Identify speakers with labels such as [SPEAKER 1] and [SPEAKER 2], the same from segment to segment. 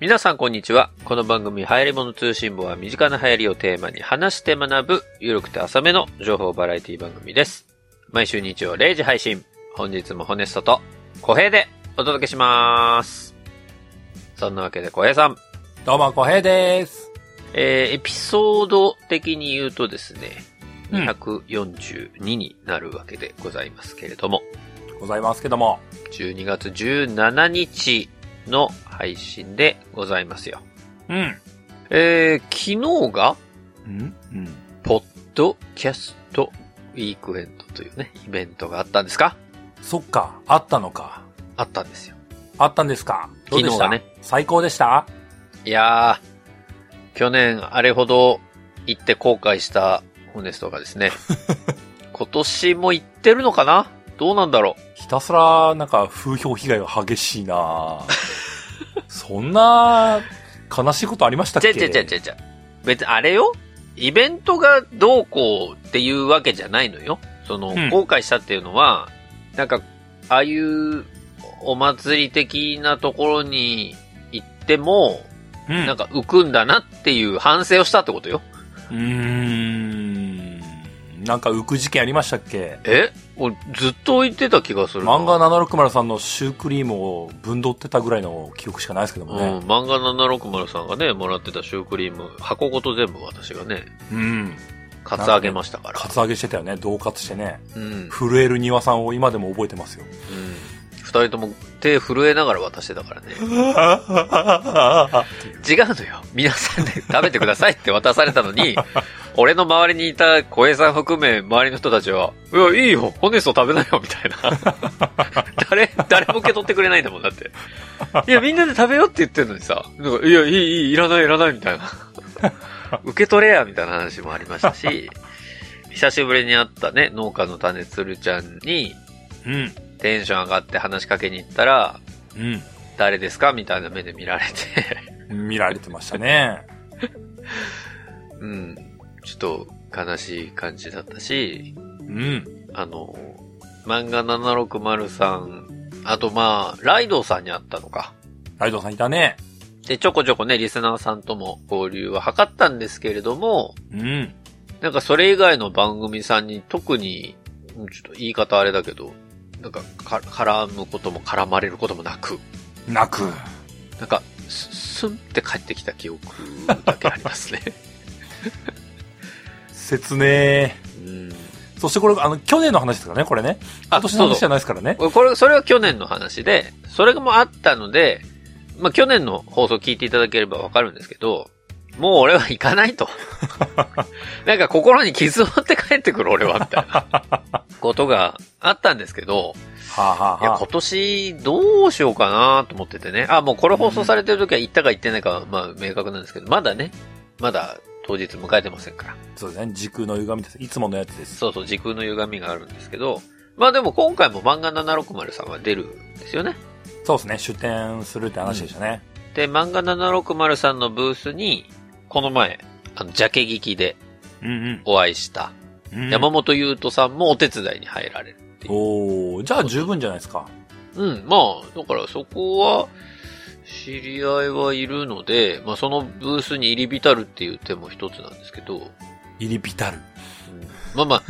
[SPEAKER 1] 皆さんこんにちは。この番組、流行り物通信簿は身近な流行りをテーマに話して学ぶ、ゆるくて浅めの情報バラエティ番組です。毎週日曜0時配信。本日もホネストと小平でお届けします。そんなわけで小平さん。
[SPEAKER 2] どうも、小平です。
[SPEAKER 1] えーエピソード的に言うとですね、
[SPEAKER 2] うん
[SPEAKER 1] 242になるわけでございますけれども、
[SPEAKER 2] ございますけども。
[SPEAKER 1] 12月17日の配信でございますよ。
[SPEAKER 2] うん。
[SPEAKER 1] えー昨日が、
[SPEAKER 2] うんうん。
[SPEAKER 1] ポッドキャストウィークエンドというね、イベントがあったんですか
[SPEAKER 2] そっか、あったのか。
[SPEAKER 1] あったんですよ。
[SPEAKER 2] あったんですか。どうでし
[SPEAKER 1] 昨
[SPEAKER 2] た
[SPEAKER 1] 日がね。
[SPEAKER 2] 最高でした
[SPEAKER 1] いやー、去年あれほど行って後悔したホネストがです ね、今年も行ってるのかなどうなんだろう
[SPEAKER 2] ひたすら、なんか、風評被害が激しい なそんな、悲しいことありましたっ
[SPEAKER 1] ち
[SPEAKER 2] け
[SPEAKER 1] ゃちゃちゃちゃちゃ。別にあれよイベントがどうこうっていうわけじゃないのよ。その、
[SPEAKER 2] うん
[SPEAKER 1] 後悔したっていうのは、なんか、ああいうお祭り的なところに行っても、
[SPEAKER 2] うん。
[SPEAKER 1] なんか浮くんだなっていう反省をしたってことよ。
[SPEAKER 2] うーん。なんか、浮く事件ありましたっけ
[SPEAKER 1] え俺ずっと言ってた気がするな。
[SPEAKER 2] 漫画760さんのシュークリームをぶんどってたぐらいの記憶しかないですけども
[SPEAKER 1] うん、
[SPEAKER 2] ね。
[SPEAKER 1] 漫画760さんがね、もらってたシュークリーム、箱ごと全部私がね、
[SPEAKER 2] うん。
[SPEAKER 1] カツアげましたから。
[SPEAKER 2] カツアゲしてたよね。恫喝してね。
[SPEAKER 1] うん。うん。
[SPEAKER 2] 震える庭さんを今でも覚えてますよ。
[SPEAKER 1] 二人とも手震えながら渡してたからね。違うのよ。皆さんで食べてくださいって渡されたのに、俺の周りにいた小江さん含め周りの人たちは、いや、いいよ、ホネスト食べなよ、みたいな。誰、誰も受け取ってくれないんだもん、だって。いや、みんなで食べようって言ってるのにさ、なんかいや、いい、いい、いらない、いらない、みたいな。受け取れや、みたいな話もありましたし、久しぶりに会ったね、農家の種鶴ちゃんに、
[SPEAKER 2] うん。
[SPEAKER 1] テンション上がって話しかけに行ったら、
[SPEAKER 2] う
[SPEAKER 1] 誰ですかみたいな目で見られて。
[SPEAKER 2] ん。見られてましたね。
[SPEAKER 1] うん。ちょっと悲しい感じだったし、
[SPEAKER 2] うん。
[SPEAKER 1] あの、漫画760さん、あとまあ、ライドウさんに会ったのか。
[SPEAKER 2] ライドウさんいたね。
[SPEAKER 1] で、ちょこちょこね、リスナーさんとも交流は図ったんですけれども、
[SPEAKER 2] うん。
[SPEAKER 1] なんかそれ以外の番組さんに特に、うんちょっと言い方あれだけど、なんかか絡むことも絡まれることもなく、
[SPEAKER 2] 泣く。
[SPEAKER 1] なんか、すスンって帰ってきた記憶だけありますね。
[SPEAKER 2] 説明。
[SPEAKER 1] うん。
[SPEAKER 2] そしてこれ、あの、去年の話ですからね、これね。今年の
[SPEAKER 1] そう
[SPEAKER 2] 話
[SPEAKER 1] そう
[SPEAKER 2] じゃないですからね。
[SPEAKER 1] これ、それは去年の話で、それもあったので、まあ、去年の放送聞いていただければわかるんですけど、もう俺は行かないと。なんか心に傷を負って帰ってくる俺は、みたいなことがあったんですけど、
[SPEAKER 2] はあ、はいあ
[SPEAKER 1] や、
[SPEAKER 2] はあ
[SPEAKER 1] 今、年どうしようかなと思っててね。あ、もうこれ放送されてる時は行ったか行ってないかは、まあ、明確なんですけど、まだね、まだ当日迎えてませんから。
[SPEAKER 2] そうですね。時空の歪みです。いつものやつです。
[SPEAKER 1] そうそう、時空の歪みがあるんですけど、まあでも今回も漫画760さんは出るんですよね。
[SPEAKER 2] そうですね。出店するって話でしたね。
[SPEAKER 1] で、漫画760さんのブースに、この前、あの、ジャケ聞きで
[SPEAKER 2] うん
[SPEAKER 1] お会いした、
[SPEAKER 2] うん。
[SPEAKER 1] 山本優斗さんもお手伝いに入られるっていう。
[SPEAKER 2] おーじゃあ十分じゃないですか。
[SPEAKER 1] うん、まあ、だからそこは、知り合いはいるので、まあそのブースに入り浸るっていう手も一つなんですけど、うん
[SPEAKER 2] 入り浸る。
[SPEAKER 1] まあ まあ、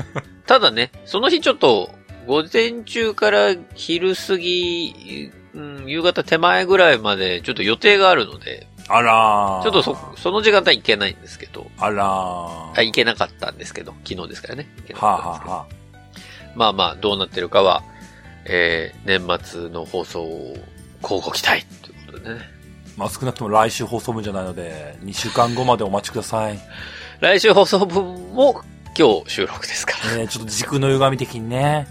[SPEAKER 1] ただね、その日ちょっと、午前中から昼過ぎ、うん、夕方手前ぐらいまでちょっと予定があるので、
[SPEAKER 2] あらー
[SPEAKER 1] ちょっとそ、その時間帯行けないんですけど、
[SPEAKER 2] あらー
[SPEAKER 1] あ、行けなかったんですけど、昨日ですからね。行けな
[SPEAKER 2] はあ、
[SPEAKER 1] かったんで
[SPEAKER 2] は
[SPEAKER 1] すけど
[SPEAKER 2] あはあ、
[SPEAKER 1] まあまあ、どうなってるかは、えー、年末の放送を交互期待ということでね。
[SPEAKER 2] まあ少なくとも来週放送分じゃないので、2週間後までお待ちください。
[SPEAKER 1] 来週放送分も今日収録ですから。
[SPEAKER 2] ね、ちょっと時空の歪み的にね。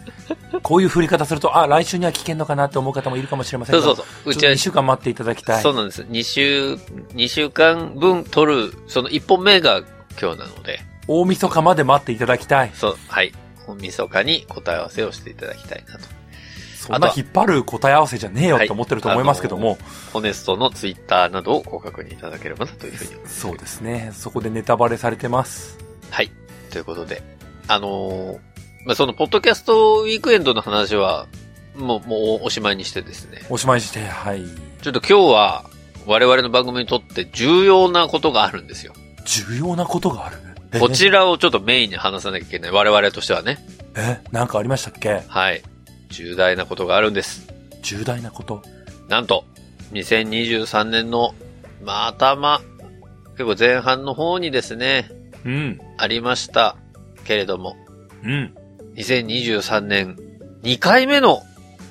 [SPEAKER 2] こういう振り方すると、あ、来週には聞けんのかなって思う方もいるかもしれませ
[SPEAKER 1] そ
[SPEAKER 2] んが。
[SPEAKER 1] うそう
[SPEAKER 2] う
[SPEAKER 1] そう。うち
[SPEAKER 2] ちょっと
[SPEAKER 1] は
[SPEAKER 2] 2、週間待っていただきたい。
[SPEAKER 1] そうなんです。2週、二週間分撮る、その1本目が今日なので、
[SPEAKER 2] 大晦日まで待っていただきたい。
[SPEAKER 1] そう、はい。大晦日に答え合わせをしていただきたいなと。
[SPEAKER 2] そん
[SPEAKER 1] あと
[SPEAKER 2] な
[SPEAKER 1] は
[SPEAKER 2] 引っ張る答え合わせじゃねえよ
[SPEAKER 1] はい
[SPEAKER 2] と思ってると思いますけども。
[SPEAKER 1] ホネストのツイッターなどをご確認いただければなというふうに思います。
[SPEAKER 2] そうですね。そこでネタバレされてます。
[SPEAKER 1] はい。ということで、あのーまあ、その、ポッドキャストウィークエンドの話は、もう、もうおしまいにしてですね。
[SPEAKER 2] おしまいにして、はい。
[SPEAKER 1] ちょっと今日は、我々の番組にとって重要なことがあるんですよ。
[SPEAKER 2] 重要なことがあるえ
[SPEAKER 1] こちらをちょっとメインに話さなきゃいけない。我々としてはね。
[SPEAKER 2] え、なんかありましたっけ
[SPEAKER 1] はい。重大なことがあるんです。
[SPEAKER 2] 重大なこと。
[SPEAKER 1] なんと、2023年の、まあ、頭、結構前半の方にですね、
[SPEAKER 2] うん。
[SPEAKER 1] ありましたけれども、
[SPEAKER 2] うん。
[SPEAKER 1] 2023年2回目の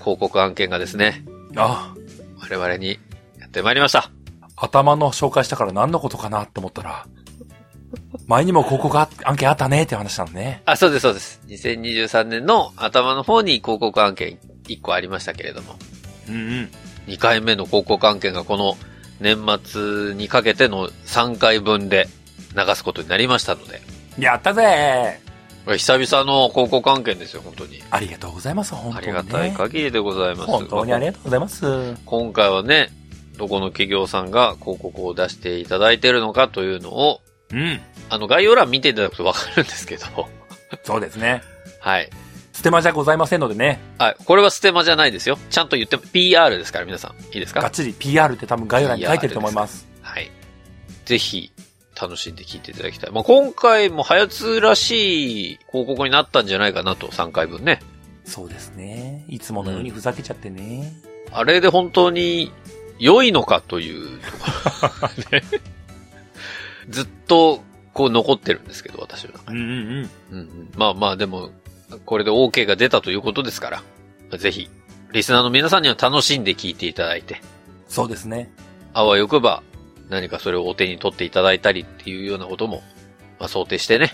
[SPEAKER 1] 広告案件がですね、
[SPEAKER 2] あ、
[SPEAKER 1] 我々にやってまいりました。
[SPEAKER 2] 頭の紹介したから何のことかなって思ったら、前にもここが案件あったねって話なのね。
[SPEAKER 1] あ、そうです、そうです。2023年の頭の方に広告案件1個ありましたけれども、
[SPEAKER 2] うんうん。
[SPEAKER 1] 2回目の広告案件がこの年末にかけての3回分で流すことになりましたので、
[SPEAKER 2] やったぜ
[SPEAKER 1] これ久々の広告案件ですよ、本当に。
[SPEAKER 2] ありがとうございます、本当
[SPEAKER 1] あ
[SPEAKER 2] に、
[SPEAKER 1] り
[SPEAKER 2] ね。
[SPEAKER 1] がたい限りでございます。
[SPEAKER 2] 本当にありがとうございます。
[SPEAKER 1] 今回はね、どこの企業さんが広告を出していただいているのかというのを、
[SPEAKER 2] うん。
[SPEAKER 1] あの概要欄見ていただくとわかるんですけど、
[SPEAKER 2] そうですね。
[SPEAKER 1] はい。
[SPEAKER 2] ステマじゃございませんのでね、
[SPEAKER 1] はい。これはステマじゃないですよ。ちゃんと言って、PR ですから皆さん。いいです
[SPEAKER 2] がっ
[SPEAKER 1] か
[SPEAKER 2] ちり PR って多分概要欄に書いてると思います。
[SPEAKER 1] はい。ぜひ、楽しんで聞いていただきたい。まあ、今回も、はやつらしい広告になったんじゃないかなと、3回分ね。
[SPEAKER 2] そうですね。いつものようにふざけちゃってね。
[SPEAKER 1] あれで本当に良いのかというところ、ね、ずっとこう残ってるんですけど、私は。
[SPEAKER 2] うんうんうん。
[SPEAKER 1] うんうん、まあまあ、でも、これで OK が出たということですから、ぜひ、リスナーの皆さんには楽しんで聞いていただいて、
[SPEAKER 2] そうですね。
[SPEAKER 1] あわよくば何かそれをお手に取っていただいたりっていうようなことも、まあ、想定してね、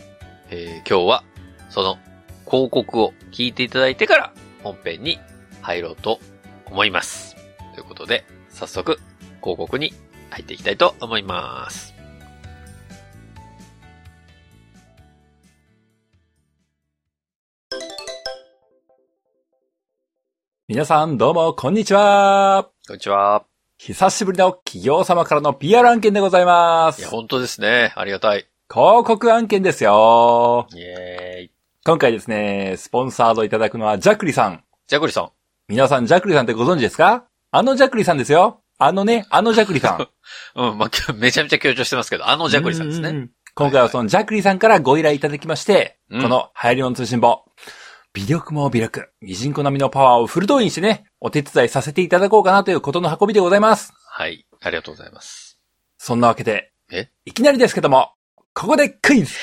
[SPEAKER 1] えー今日はその広告を聞いていただいてから本編に入ろうと思います。ということで、早速広告に入っていきたいと思います。
[SPEAKER 2] 皆さんどうも、こんにちは。
[SPEAKER 1] こんにちは。
[SPEAKER 2] 久しぶりの企業様からの PR 案件でございま
[SPEAKER 1] い
[SPEAKER 2] す。
[SPEAKER 1] や、
[SPEAKER 2] 広
[SPEAKER 1] 本当ですね。ありがたい。
[SPEAKER 2] 告案件ですよ。
[SPEAKER 1] イエーイ。
[SPEAKER 2] 今回ですね、スポンサードいただくのはジャクリさん。
[SPEAKER 1] ジャクリさん。
[SPEAKER 2] 皆さんジャクリさんってご存知ですかあのジャクリさんですよ。あのね、あのジャクリさん。
[SPEAKER 1] うん、まあ、 今日めちゃめちゃ強調してますけど、あのジャクリさんです
[SPEAKER 2] ううう
[SPEAKER 1] ね。
[SPEAKER 2] ん。今回はそのジャクリさんからご依頼いただきまして、
[SPEAKER 1] うん
[SPEAKER 2] この流行りの通信簿、微力も微力、微人子並みのパワーをフル動員してね、お手伝いさせていただこうかなということの運びでございます。
[SPEAKER 1] はい。ありがとうございます。
[SPEAKER 2] そんなわけで、
[SPEAKER 1] え
[SPEAKER 2] いきなりですけども、ここで クイズ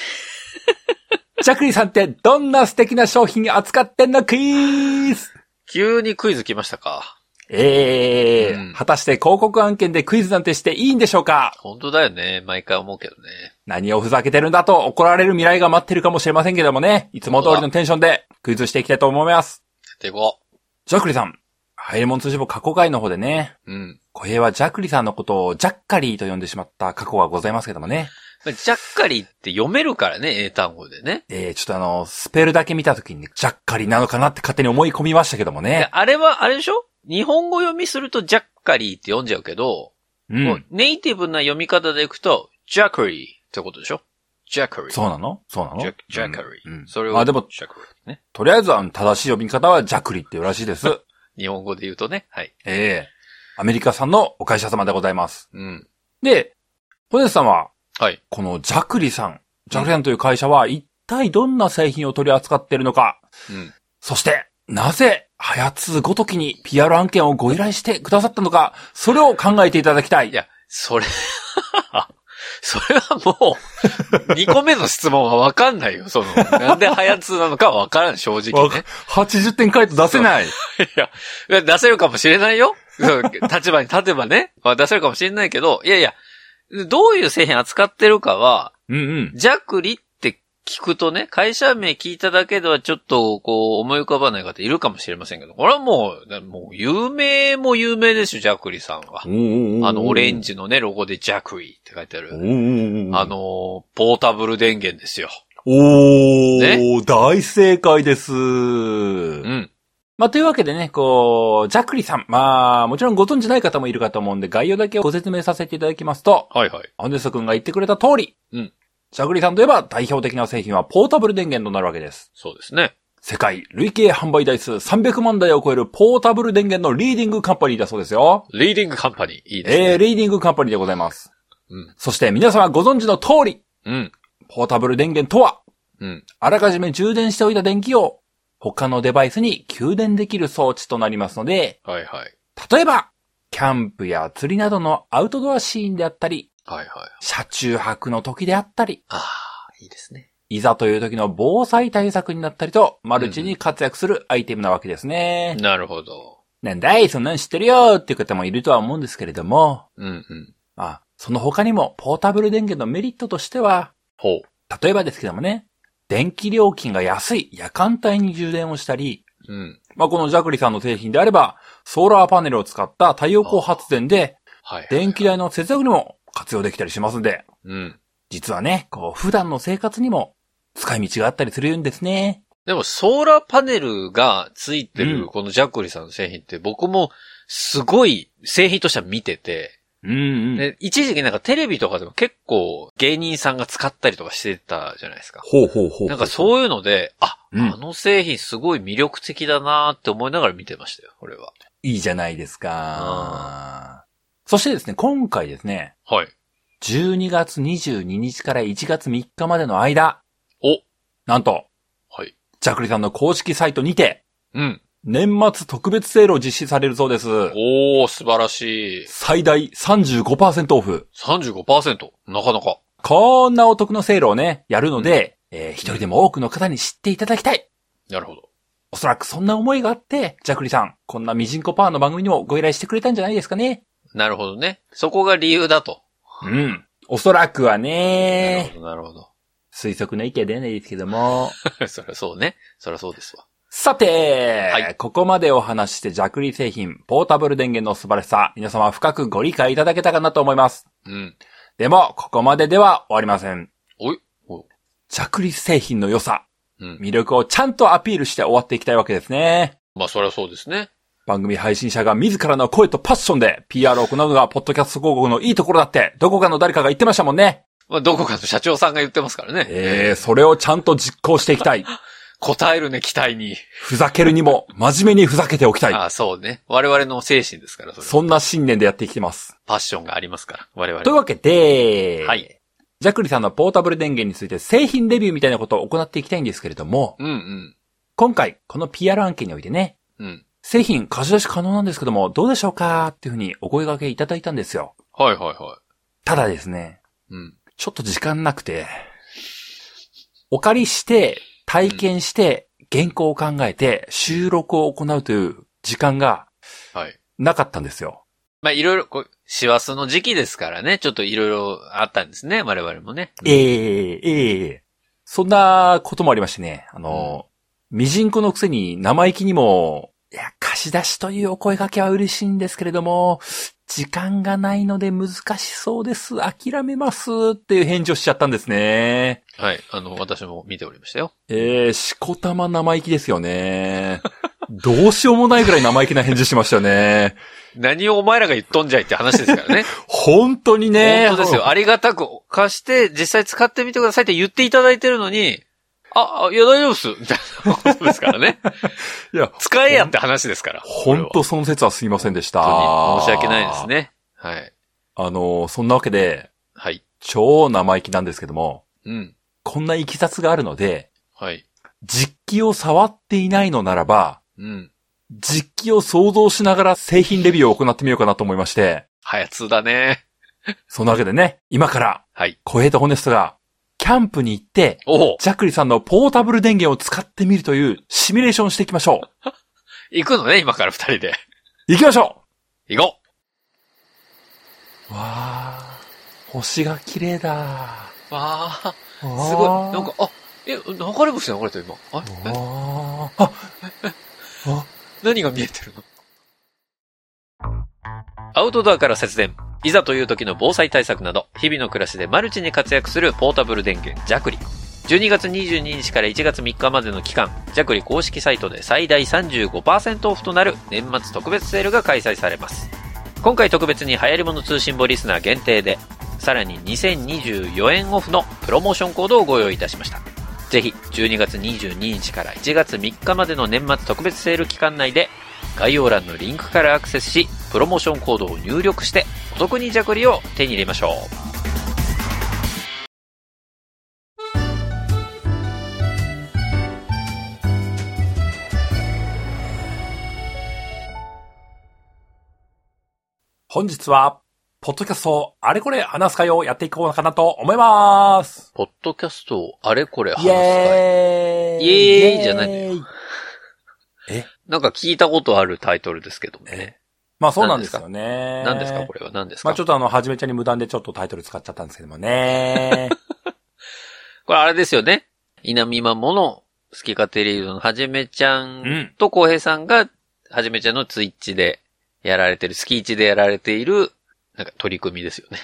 [SPEAKER 2] ジャクリさんってどんな素敵な商品扱ってんのクイズ
[SPEAKER 1] 急にクイズ来ましたか。
[SPEAKER 2] ええー
[SPEAKER 1] うん
[SPEAKER 2] 果たして広告案件でクイズなんてしていいんでしょうか
[SPEAKER 1] 本当だよね。毎回思うけどね。
[SPEAKER 2] 何をふざけてるんだと怒られる未来が待ってるかもしれませんけどもね、いつも通りのテンションでクイズしていきたいと思います。
[SPEAKER 1] やっていこ
[SPEAKER 2] ジャクリさん、ハイレモン通信簿過去回の方でね、
[SPEAKER 1] う。うん。
[SPEAKER 2] 小平はジャクリさんのことをジャッカリーと呼んでしまった過去がございますけどもね、
[SPEAKER 1] まあジャッカリって読めるからね、英単語でね。
[SPEAKER 2] えー、ちょっとあの、スペルだけ見た時にジャッカリなのかなって勝手に思い込みましたけども
[SPEAKER 1] で
[SPEAKER 2] ね。
[SPEAKER 1] あれは、あれでしょ日本語読みするとジャッカリって読んじゃうけど、
[SPEAKER 2] う。
[SPEAKER 1] もうんネイティブな読み方でいくと、ジャッカリーってことでしょジャッカリー。
[SPEAKER 2] そうなのそうなの
[SPEAKER 1] ジャジャッカリー。
[SPEAKER 2] うんうん
[SPEAKER 1] それを、
[SPEAKER 2] あ、でも、
[SPEAKER 1] ジャッカリーね。
[SPEAKER 2] とりあえずは正しい呼び方はジャクリっていうらしいです。
[SPEAKER 1] 日本語で言うとね。はい。
[SPEAKER 2] ええアメリカさんのお会社様でございます。
[SPEAKER 1] うん。
[SPEAKER 2] で、ホネスさんは、
[SPEAKER 1] はい。
[SPEAKER 2] このジャクリさん、ジャクリさんという会社は一体どんな製品を取り扱っているのか、
[SPEAKER 1] うん。
[SPEAKER 2] そして、なぜ、ハヤツごときに PR 案件をご依頼してくださったのか、それを考えていただきたい。
[SPEAKER 1] いや、それ それはもう、2個目の質問はわかんないよ。その、なんでハヤツなのかはわからん、正直
[SPEAKER 2] わ
[SPEAKER 1] ね。
[SPEAKER 2] 80点回答出せない。
[SPEAKER 1] いや出せるかもしれないよ。そう立場に立てばね。まあ出せるかもしれないけど、いやいや、どういう製品扱ってるかは、
[SPEAKER 2] うんうん。
[SPEAKER 1] ジャクリって聞くとね、会社名聞いただけではちょっとこう思い浮かばない方いるかもしれませんけど、これはもう、だもう有名も有名ですよ、ジャクリさんは。あの、オレン
[SPEAKER 2] ジ。
[SPEAKER 1] ジのね、ロゴでジャクリって書いてあ
[SPEAKER 2] お
[SPEAKER 1] る。
[SPEAKER 2] ー
[SPEAKER 1] あ、の、ポータブル電源ですよ。
[SPEAKER 2] お
[SPEAKER 1] ね
[SPEAKER 2] ー、大正解です。
[SPEAKER 1] うん。
[SPEAKER 2] まあ、というわけでね、こう、ジャクリさん。まあ、もちろんご存知ない方もいるかと思うんで、概要だけご説明させていただきますと、
[SPEAKER 1] はいはい。
[SPEAKER 2] アンデス君が言ってくれた通り、
[SPEAKER 1] うん
[SPEAKER 2] ジャグリーさんといえば代表的な製品はポータブル電源となるわけです。
[SPEAKER 1] そうですね。
[SPEAKER 2] 世界累計販売台数300万台を超えるポータブル電源のリーディングカンパニーだそうですよ。
[SPEAKER 1] リーディングカンパニー。いいです
[SPEAKER 2] えー、
[SPEAKER 1] ね。
[SPEAKER 2] リーディングカンパニーでございます。
[SPEAKER 1] うん
[SPEAKER 2] そして皆様ご存知の通り、
[SPEAKER 1] うん。
[SPEAKER 2] ポータブル電源とは、
[SPEAKER 1] うん。
[SPEAKER 2] あらかじめ充電しておいた電気を他のデバイスに給電できる装置となりますので、
[SPEAKER 1] はいはい。
[SPEAKER 2] 例えば、キャンプや釣りなどのアウトドアシーンであったり、
[SPEAKER 1] はいはい。
[SPEAKER 2] 車中泊の時であったり、
[SPEAKER 1] ああ、いいですね。
[SPEAKER 2] いざという時の防災対策になったりと、マルチに活躍するアイテムなわけですね。
[SPEAKER 1] なるほど。
[SPEAKER 2] なんだい、そんなん知ってるよっていう方もいるとは思うんですけれども、
[SPEAKER 1] うんうん。
[SPEAKER 2] まあ、その他にもポータブル電源のメリットとしては、
[SPEAKER 1] ほ
[SPEAKER 2] 例えばですけどもね、電気料金が安い夜間帯に充電をしたり、
[SPEAKER 1] う。うん。
[SPEAKER 2] まあ、このジャクリさんの製品であれば、ソーラーパネルを使った太陽光発電で、
[SPEAKER 1] はい。
[SPEAKER 2] 電気代の節約にも活用できたりしますんで、
[SPEAKER 1] うん。
[SPEAKER 2] 実はね、こう、普段の生活にも使い道があったりするんですね。
[SPEAKER 1] でも、ソーラーパネルがついて
[SPEAKER 2] うん
[SPEAKER 1] る、このジャックリさんの製品って、僕も、すごい、製品としては見てて、
[SPEAKER 2] うんうん。
[SPEAKER 1] で、一時期なんかテレビとかでも結構、芸人さんが使ったりとかしてたじゃないですか。
[SPEAKER 2] ほうほうほう。
[SPEAKER 1] なんかそういうので、あ、
[SPEAKER 2] うん
[SPEAKER 1] あの製品すごい魅力的だなーって思いながら見てましたよ、俺は。
[SPEAKER 2] いいじゃないですか。そしてですね、今回ですね、
[SPEAKER 1] はい。
[SPEAKER 2] 12月22日から1月3日までの間、
[SPEAKER 1] お
[SPEAKER 2] なんと、
[SPEAKER 1] はい。
[SPEAKER 2] ジャクリさんの公式サイトにて、
[SPEAKER 1] うん。
[SPEAKER 2] 年末特別セールを実施されるそうです。
[SPEAKER 1] おー、素晴らしい。
[SPEAKER 2] 最大35%オフ。
[SPEAKER 1] 35%。なかなか。
[SPEAKER 2] こんなお得のセールをね、やるので、えー一人でも多くの方に知っていただきたい。
[SPEAKER 1] なるほど。
[SPEAKER 2] おそらくそんな思いがあって、ジャクリさん、こんなミジンコパワーの番組にもご依頼してくれたんじゃないですかね。
[SPEAKER 1] なるほどね。そこが理由だと。
[SPEAKER 2] うん。おそらくは
[SPEAKER 1] な
[SPEAKER 2] ね
[SPEAKER 1] る、ほど、なるほど。
[SPEAKER 2] 推測の意見出ないですけども。
[SPEAKER 1] そりゃそうね。そりゃそうですわ。
[SPEAKER 2] さて、
[SPEAKER 1] はい
[SPEAKER 2] ここまでお話ししてジャクリ製品、ポータブル電源の素晴らしさ、皆様深くご理解いただけたかなと思います。
[SPEAKER 1] うん。
[SPEAKER 2] でも、ここまででは終わりません。
[SPEAKER 1] おい。お
[SPEAKER 2] ジャクリ製品の良さ、
[SPEAKER 1] うん。
[SPEAKER 2] 魅力をちゃんとアピールして終わっていきたいわけですね。
[SPEAKER 1] まあ、そりゃそうですね。
[SPEAKER 2] 番組配信者が自らの声とパッションで PR を行うのが、ポッドキャスト広告のいいところだって、どこかの誰かが言ってましたもんね。
[SPEAKER 1] まあ、どこかの社長さんが言ってますからね。
[SPEAKER 2] えー、それをちゃんと実行していきたい。
[SPEAKER 1] 答えるね、期待に。
[SPEAKER 2] ふざけるにも、真面目にふざけておきたい。
[SPEAKER 1] ああ、そうね。我々の精神ですから、それ。
[SPEAKER 2] そんな信念でやってきてます。
[SPEAKER 1] パッションがありますから、我々。
[SPEAKER 2] というわけで、
[SPEAKER 1] はい。
[SPEAKER 2] ジャクリさんのポータブル電源について製品レビューみたいなことを行っていきたいんですけれども、
[SPEAKER 1] うんうん。
[SPEAKER 2] 今回、この PR 案件においてね、
[SPEAKER 1] うん。
[SPEAKER 2] 製品貸し出し可能なんですけども、どうでしょうかっていうふうにお声掛けいただいたんですよ。
[SPEAKER 1] はいはいは
[SPEAKER 2] ただですね、
[SPEAKER 1] い。うん。
[SPEAKER 2] ちょっと時間なくて、お借りして、体験して、原稿を考えて、収録を行うという時間が
[SPEAKER 1] はい。
[SPEAKER 2] なかったんですよ。
[SPEAKER 1] まあ、いろいろ、こう、師走の時期ですからね、ちょっといろいろあったんですね、我々もね。
[SPEAKER 2] ええええそんなこともありましてね、あの、ミジンコのくせに生意気にも、いや、貸し出しというお声掛けは嬉しいんですけれども、時間がないので難しそうです。諦めます。っていう返事をしちゃったんですね。
[SPEAKER 1] はい。あの、私も見ておりましたよ。
[SPEAKER 2] えー、しこたま生意気ですよね。どうしようもないぐらい生意気な返事しましたよね。
[SPEAKER 1] 何をお前らが言っとんじゃいって話ですからね。
[SPEAKER 2] 本当に ね。
[SPEAKER 1] 本当ですよ。。ありがたく貸して、実際使ってみてくださいって言っていただいてるのに、あ、あいや、大丈夫っす。みたいなことですからね。
[SPEAKER 2] いや、
[SPEAKER 1] 使えやって話ですから。
[SPEAKER 2] 本
[SPEAKER 1] こ
[SPEAKER 2] 当その説はすいませんでした。
[SPEAKER 1] れは本当に申し訳ないです。ね。はい。
[SPEAKER 2] あの、そんなわけで、
[SPEAKER 1] はい。
[SPEAKER 2] 超生意気なんですけども、
[SPEAKER 1] うん。
[SPEAKER 2] こんな行きさつがあるので、
[SPEAKER 1] はい。
[SPEAKER 2] 実機を触っていないのならば、
[SPEAKER 1] うん。
[SPEAKER 2] 実機を想像しながら製品レビューを行ってみようかなと思いまして、
[SPEAKER 1] 早通だね。
[SPEAKER 2] そんなわけでね、今から、
[SPEAKER 1] はい。
[SPEAKER 2] 小平とホネストが、キャンプに行って、
[SPEAKER 1] おお
[SPEAKER 2] ジャックリさんのポータブル電源を使ってみるというシミュレーションをしていきましょ
[SPEAKER 1] 行くのね、今から二人で。
[SPEAKER 2] う。行きましょ
[SPEAKER 1] 行こ
[SPEAKER 2] うわあ、星が綺麗だ。
[SPEAKER 1] うわあ、
[SPEAKER 2] すごい
[SPEAKER 1] すごい。なんか、あ、え、流れ星流れた今。あ、な
[SPEAKER 2] ああ、あ、
[SPEAKER 1] 何が見えてるのアウトドアから節電。いざという時の防災対策など、日々の暮らしでマルチに活躍するポータブル電源、ジャクリ。12月22日から1月3日までの期間、ジャクリ公式サイトで最大35%オフとなる年末特別セールが開催されます。今回特別に流行り物通信簿リスナー限定で、さらに2024円オフのプロモーションコードをご用意いたしました。ぜひ、12月22日から1月3日までの年末特別セール期間内で、概要欄のリンクからアクセスし、プロモーションコードを入力して、お得にジャクリを手に入れましょう。
[SPEAKER 2] 本日は、ポッドキャスト、あれこれ話す会をやっていこうかなと思います。
[SPEAKER 1] ポッドキャストをあれこれ話す
[SPEAKER 2] イ
[SPEAKER 1] 会
[SPEAKER 2] エーイ
[SPEAKER 1] イエーイじゃないのよなんか聞いたことあるタイトルですけどもね。
[SPEAKER 2] まあそうなんですよね。
[SPEAKER 1] 何ですかこれは何ですか、
[SPEAKER 2] まあちょっとあの、はじめちゃんに無断でちょっとタイトル使っちゃったんですけども ね。
[SPEAKER 1] これあれですよね。稲見まもの好き勝手リードのはじめちゃ
[SPEAKER 2] うんん
[SPEAKER 1] と浩平さんが、はじめちゃんのツイッチでやられてる、スキーチでやられている、なんか取り組みですよね。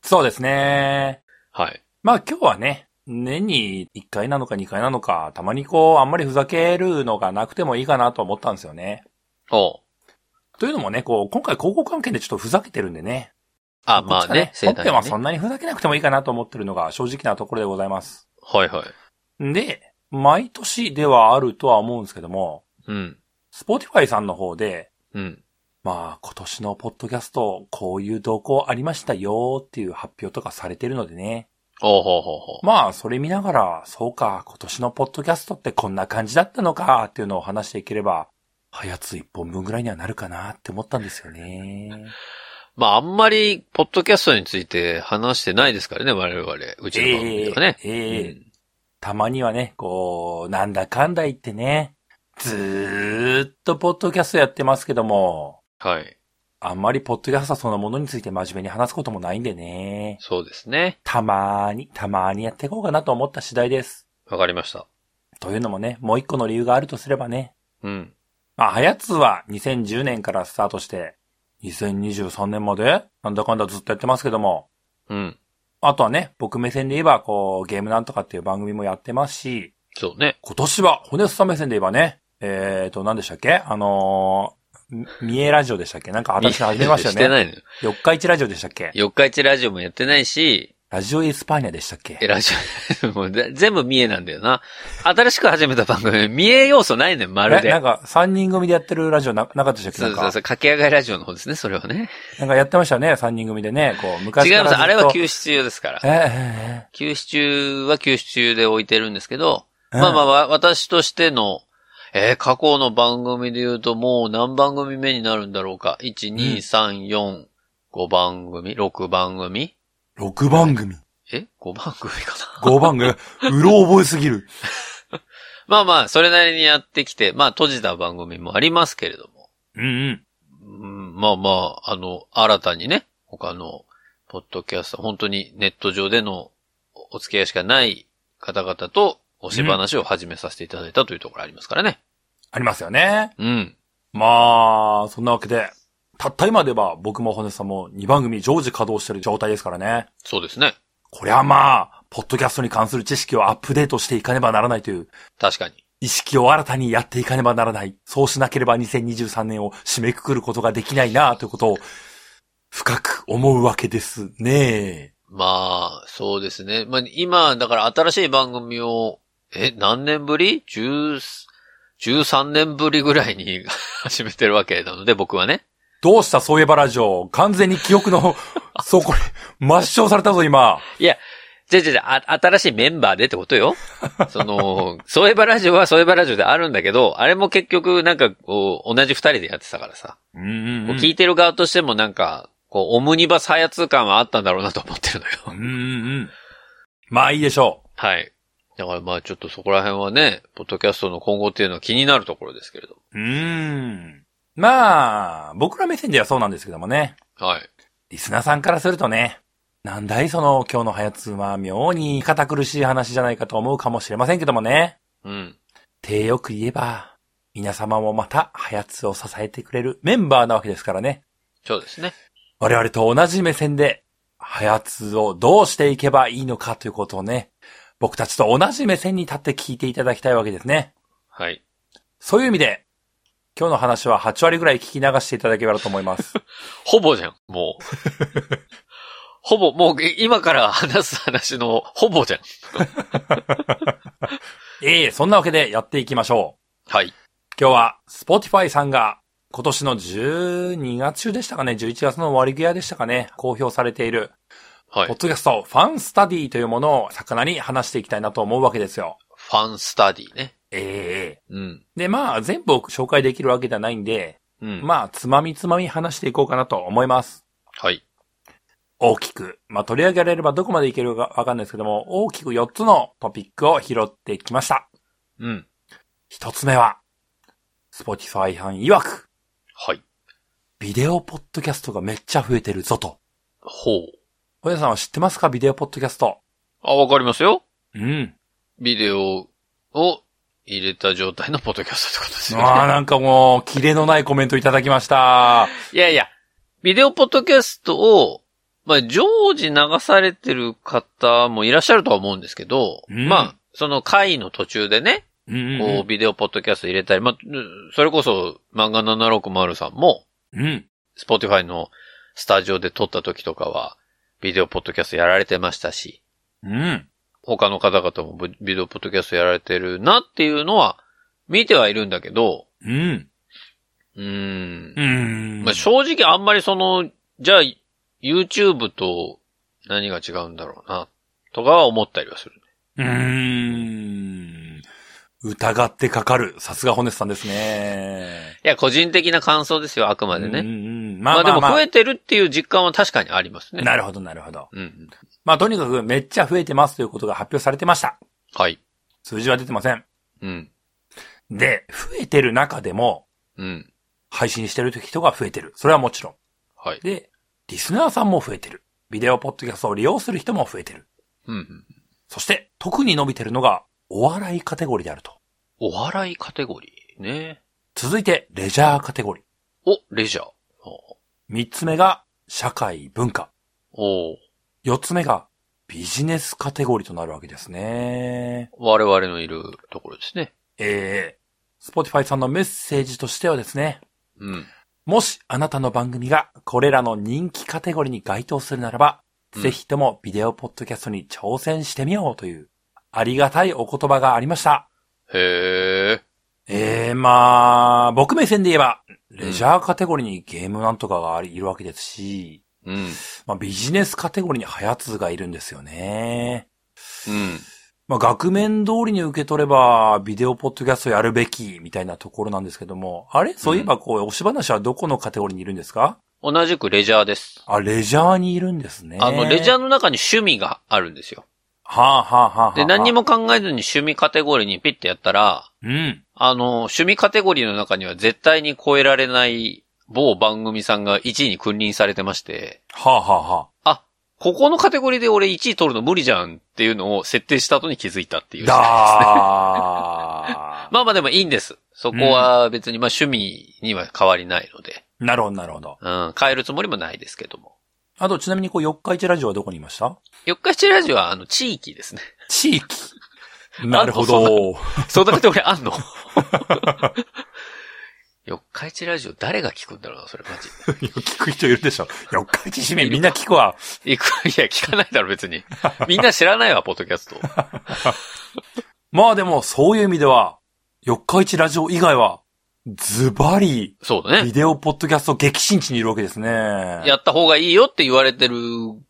[SPEAKER 2] そうですね。
[SPEAKER 1] はい。
[SPEAKER 2] まあ今日はね、年に1回なのか2回なのか、たまにこう、あんまりふざけるのがなくてもいいかなと思ったんですよね。
[SPEAKER 1] おう
[SPEAKER 2] というのもね、こう、今回広告関係でちょっとふざけてるんでね。
[SPEAKER 1] あ、まあね、
[SPEAKER 2] こっちは本編は
[SPEAKER 1] ね
[SPEAKER 2] そんなにふざけなくてもいいかなと思ってるのが正直なところでございます。
[SPEAKER 1] はいはい。
[SPEAKER 2] で、毎年ではあるとは思うんですけども、
[SPEAKER 1] うん。
[SPEAKER 2] Spotify さんの方で、
[SPEAKER 1] うん。
[SPEAKER 2] まあ今年のポッドキャスト、こういう動向ありましたよーっていう発表とかされてるのでね。
[SPEAKER 1] おうほうほうほう。
[SPEAKER 2] まあ、それ見ながら、そうか、今年のポッドキャストってこんな感じだったのか、っていうのを話していければ、早つ一本分ぐらいにはなるかなって思ったんですよね。
[SPEAKER 1] まああんまり、ポッドキャストについて話してないですからね、我々。うちの番組ではね。
[SPEAKER 2] ええたまにはね、こう、なんだかんだ言ってね、ずーっとポッドキャストやってますけども、
[SPEAKER 1] うん。はい。
[SPEAKER 2] あんまりポッドキャストそのものについて真面目に話すこともないんでね、
[SPEAKER 1] そうですね。
[SPEAKER 2] たまーに、たまーにやっていこうかなと思った次第です。
[SPEAKER 1] わかりました。
[SPEAKER 2] というのもね、もう一個の理由があるとすればね、
[SPEAKER 1] うん。
[SPEAKER 2] まあ、はやつは2010年からスタートして、2023年まで、なんだかんだずっとやってますけども、
[SPEAKER 1] うん。
[SPEAKER 2] あとはね、僕目線で言えば、こう、ゲームなんとかっていう番組もやってますし、
[SPEAKER 1] そうね。
[SPEAKER 2] 今年は、骨すさん目線で言えばね、えーと、何でしたっけあのー、み三重ラジオでしたっけなんか私始めました
[SPEAKER 1] して
[SPEAKER 2] よね。
[SPEAKER 1] ないのよ。
[SPEAKER 2] 四日市ラジオでしたっけ
[SPEAKER 1] 四日市ラジオもやってないし、
[SPEAKER 2] ラジオエスパーニャでしたっ
[SPEAKER 1] え、
[SPEAKER 2] け
[SPEAKER 1] ラジオ、 もうぜ全部三重なんだよな。新しく始めた番組、三重要素ないねん、まる
[SPEAKER 2] えな
[SPEAKER 1] で
[SPEAKER 2] ん。か、三人組でやってるラジオな、なかったでしたっけ
[SPEAKER 1] そ
[SPEAKER 2] な
[SPEAKER 1] うんそう
[SPEAKER 2] か
[SPEAKER 1] そう、、駆け上がりラジオの方ですね、それはね。
[SPEAKER 2] なんかやってましたよね、三人組でね、こう、
[SPEAKER 1] 違
[SPEAKER 2] 昔
[SPEAKER 1] い
[SPEAKER 2] から
[SPEAKER 1] ま
[SPEAKER 2] ずっ
[SPEAKER 1] す、
[SPEAKER 2] と。
[SPEAKER 1] あれは休止中ですから
[SPEAKER 2] え。えええ
[SPEAKER 1] 休止中は休止中で置いてるんですけど、
[SPEAKER 2] ええ
[SPEAKER 1] まあまあ、わ私としての、えー過去の番組で言うともう何番組目になるんだろうか。1、2、3、4、5番組、6番組
[SPEAKER 2] 6番組。
[SPEAKER 1] え ?5 番組かな
[SPEAKER 2] 5番組、うろ覚えすぎる。
[SPEAKER 1] まあまあ、それなりにやってきて、まあ閉じた番組もありますけれども。
[SPEAKER 2] うんうん。
[SPEAKER 1] うん、まあまあ、あの、新たにね、他の、ポッドキャスト、本当にネット上でのおお付き合いしかない方々と、おし話を始めさせていただいたというところありますからね。
[SPEAKER 2] ありますよね。
[SPEAKER 1] うん。
[SPEAKER 2] まあ、そんなわけで、たった今では僕も骨さんも2番組常時稼働してる状態ですからね。
[SPEAKER 1] そうですね。
[SPEAKER 2] こりゃまあ、ポッドキャストに関する知識をアップデートしていかねばならないという、
[SPEAKER 1] 確かに。
[SPEAKER 2] 意識を新たにやっていかねばならない。そうしなければ2023年を締めくくることができないな、ということを、深く思うわけですね。
[SPEAKER 1] まあ、そうですね。まあ、今、だから新しい番組を、え、何年ぶり ?10、13年ぶりぐらいに 始めてるわけなので、僕はね。
[SPEAKER 2] どうしたそういえばラジオ、完全に記憶の、 そうこれ、抹消されたぞ今。
[SPEAKER 1] いや、じゃじゃじゃ、あ新しいメンバーでってことよ。その、 そういえばラジオはそういえばラジオであるんだけど、あれも結局なんかこう、同じ二人でやってたからさ。
[SPEAKER 2] うんうん、
[SPEAKER 1] こう聞いてる側としてもなんか、こう、オムニバス早通感はあったんだろうなと思ってるのよ。
[SPEAKER 2] うんうんうん。まあいいでしょ
[SPEAKER 1] はい。だからまあちょっとそこら辺はね、ポッドキャストの今後っていうのは気になるところですけれど
[SPEAKER 2] う。うーん。まあ、僕ら目線ではそうなんですけどもね。
[SPEAKER 1] も。はい。
[SPEAKER 2] リスナーさんからするとね、なんだいその今日のハヤツは妙に堅苦しい話じゃないかと思うかもしれませんけどもね。
[SPEAKER 1] うん。
[SPEAKER 2] てよく言えば、皆様もまたハヤツを支えてくれるメンバーなわけですからね。
[SPEAKER 1] そうですね。
[SPEAKER 2] 我々と同じ目線で、ハヤツをどうしていけばいいのかということをね、僕たちと同じ目線に立って聞いていただきたいわけですね。
[SPEAKER 1] はい。
[SPEAKER 2] そういう意味で、今日の話は8割ぐらい聞き流していただければと思います。
[SPEAKER 1] ほぼじゃん、も う。ほぼ、もうえ今から話す話のほぼじゃん。
[SPEAKER 2] ええそんなわけでやっていきましょう。
[SPEAKER 1] はい。
[SPEAKER 2] 今日は、Spotify さんが、今年の12月でしたかね、11月の割り際でしたかね、公表されている、
[SPEAKER 1] は
[SPEAKER 2] ポッ
[SPEAKER 1] い。
[SPEAKER 2] ドキャスト、ファンスタディというものを魚に話していきたいなと思うわけですよ。
[SPEAKER 1] ファンスタディね。
[SPEAKER 2] ええ
[SPEAKER 1] うん。
[SPEAKER 2] で、まあ、全部を紹介できるわけではないんで、
[SPEAKER 1] うん。
[SPEAKER 2] まあ、つまみつまみ話していこうかなと思います。
[SPEAKER 1] はい。
[SPEAKER 2] 大きく、まあ、取り上げられればどこまでいけるかわかんないですけども、大きく4つのトピックを拾ってきました。
[SPEAKER 1] うん。
[SPEAKER 2] 1つ目は、Spotify 班曰く、
[SPEAKER 1] はい。
[SPEAKER 2] ビデオポッドキャストがめっちゃ増えてるぞと。
[SPEAKER 1] ほう。
[SPEAKER 2] 小屋さんは知ってますかビデオポッドキャスト。
[SPEAKER 1] あ、わかりますよ。
[SPEAKER 2] うん。
[SPEAKER 1] ビデオを入れた状態のポッドキャストってことですよね。
[SPEAKER 2] ああ、なんかもう、キレのないコメントいただきました。
[SPEAKER 1] いやいや、ビデオポッドキャストを、まあ、常時流されてる方もいらっしゃるとは思うんですけど、
[SPEAKER 2] うん
[SPEAKER 1] まあ、その回の途中でね、
[SPEAKER 2] うんうん
[SPEAKER 1] こう、ビデオポッドキャスト入れたり、まあ、それこそ、漫画760さんも、
[SPEAKER 2] うん。うん。
[SPEAKER 1] スポティファイのスタジオで撮った時とかは、ビデオポッドキャストやられてましたし、
[SPEAKER 2] うん。
[SPEAKER 1] 他の方々もビビデオポッドキャストやられてるなっていうのは、見てはいるんだけど、
[SPEAKER 2] うん。
[SPEAKER 1] うーん
[SPEAKER 2] う。ん。
[SPEAKER 1] まあ、正直あんまりその、じゃあ、YouTube と何が違うんだろうな、とかは思ったりはする。
[SPEAKER 2] うーん。疑ってかかる。さすがホネスさんですね。
[SPEAKER 1] いや、個人的な感想ですよ、あくまで
[SPEAKER 2] うん
[SPEAKER 1] ね。
[SPEAKER 2] うんうん。
[SPEAKER 1] ま
[SPEAKER 2] ま
[SPEAKER 1] あ
[SPEAKER 2] あ
[SPEAKER 1] で
[SPEAKER 2] まあ、
[SPEAKER 1] も
[SPEAKER 2] まあ、
[SPEAKER 1] 増えてるっていう実感は確かにありますね。
[SPEAKER 2] なるほど、なるほど。
[SPEAKER 1] うん。
[SPEAKER 2] まあ、とにかくめっちゃ増えてますということが発表されてました。
[SPEAKER 1] はい。
[SPEAKER 2] 数字は出てません。
[SPEAKER 1] うん。
[SPEAKER 2] で、増えてる中でも、
[SPEAKER 1] うん。
[SPEAKER 2] 配信してる人が増えてる。それはもちろん。
[SPEAKER 1] はい。
[SPEAKER 2] で、リスナーさんも増えてる。ビデオポッドキャストを利用する人も増えてる。
[SPEAKER 1] うんうん。
[SPEAKER 2] そして、特に伸びてるのが、お笑いカテゴリーであると。
[SPEAKER 1] お笑いカテゴリーね。
[SPEAKER 2] 続いて、レジャーカテゴリー。
[SPEAKER 1] お、レジャー。お
[SPEAKER 2] 三つ目が、社会文化。
[SPEAKER 1] おー
[SPEAKER 2] 四つ目が、ビジネスカテゴリーとなるわけですね。
[SPEAKER 1] 我々のいるところですね。
[SPEAKER 2] えー、Spotify さんのメッセージとしてはですね、
[SPEAKER 1] うん。
[SPEAKER 2] もしあなたの番組がこれらの人気カテゴリーに該当するならば、
[SPEAKER 1] うん
[SPEAKER 2] ぜひともビデオポッドキャストに挑戦してみようという、ありがたいお言葉がありました。
[SPEAKER 1] へえ。
[SPEAKER 2] ええまあ、僕目線で言えば、レジャーカテゴリーにゲームなんとかがありいるわけですし、
[SPEAKER 1] うん。
[SPEAKER 2] まあビジネスカテゴリーにハヤツがいるんですよね。
[SPEAKER 1] うん。
[SPEAKER 2] まあ額面通りに受け取れば、ビデオポッドキャストやるべきみたいなところなんですけども、あれそういえばこう、押し話はどこのカテゴリーにいるんですか
[SPEAKER 1] 同じくレジャーです。
[SPEAKER 2] あ、レジャーにいるんですね。
[SPEAKER 1] あの、レジャー
[SPEAKER 2] は
[SPEAKER 1] の中に趣味があるんですよ。
[SPEAKER 2] あ、はあはあはあ、
[SPEAKER 1] で、何に。も考えずに趣味カテゴリーにピッてやったら、
[SPEAKER 2] うん。
[SPEAKER 1] あの、趣味カテゴリーの中には絶対に超えられない某番組さんが1位に君臨されてまして、
[SPEAKER 2] はあはあはあ。
[SPEAKER 1] あ、ここのカテゴリーで俺1位取るの無理じゃんっていうのを設定した後に気づいたっていう。
[SPEAKER 2] だー。
[SPEAKER 1] まあまあでもいいんです。そこは別にまあ趣味には変わりないので、
[SPEAKER 2] なるほど、なるほど。
[SPEAKER 1] うん、変えるつもりもないですけども。
[SPEAKER 2] あと、ちなみに、こう、四日市ラジオはどこにいました
[SPEAKER 1] 四日市ラジオはあの地域ですね。
[SPEAKER 2] 地域。なるほど。
[SPEAKER 1] そんなカテゴリーあんの 四日市ラジオ誰が聞くんだろうな、それマジで。
[SPEAKER 2] 聞く人いるでしょ。四日市市民みんな聞くわ。
[SPEAKER 1] 行く、いや、聞かないだろ、別に。みんな知らないわ、ポッドキャスト。
[SPEAKER 2] まあでも、そういう意味では、四日市ラジオ以外は、ズバリ、
[SPEAKER 1] そう だ
[SPEAKER 2] ビ
[SPEAKER 1] ね。
[SPEAKER 2] デオポッドキャスト激震地にいるわけですね。
[SPEAKER 1] やった方がいいよって言われてる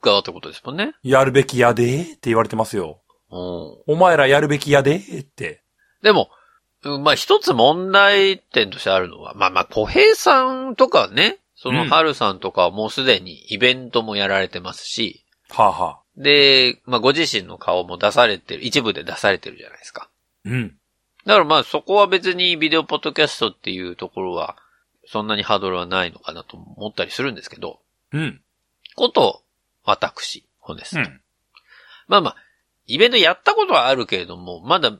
[SPEAKER 1] 側ってことですもんね。
[SPEAKER 2] やるべきやでーって言われてますよ。
[SPEAKER 1] うん。
[SPEAKER 2] お前らやるべきやでーって。
[SPEAKER 1] でも、うんまあ一つ問題点としてあるのは、まあまあ、小平さんとかね、その
[SPEAKER 2] うん
[SPEAKER 1] 春さんとかはもうすでにイベントもやられてますし、
[SPEAKER 2] はあ、はあ、
[SPEAKER 1] で、まあご自身の顔も出されてる、一部で出されてるじゃないですか。
[SPEAKER 2] うん。
[SPEAKER 1] だからまあそこは別にビデオポッドキャストっていうところは、そんなにハードルはないのかなと思ったりするんですけど、
[SPEAKER 2] うん。
[SPEAKER 1] こと、私、ホネス。
[SPEAKER 2] うん。
[SPEAKER 1] まあまあ、イベントやったことはあるけれども、まだ、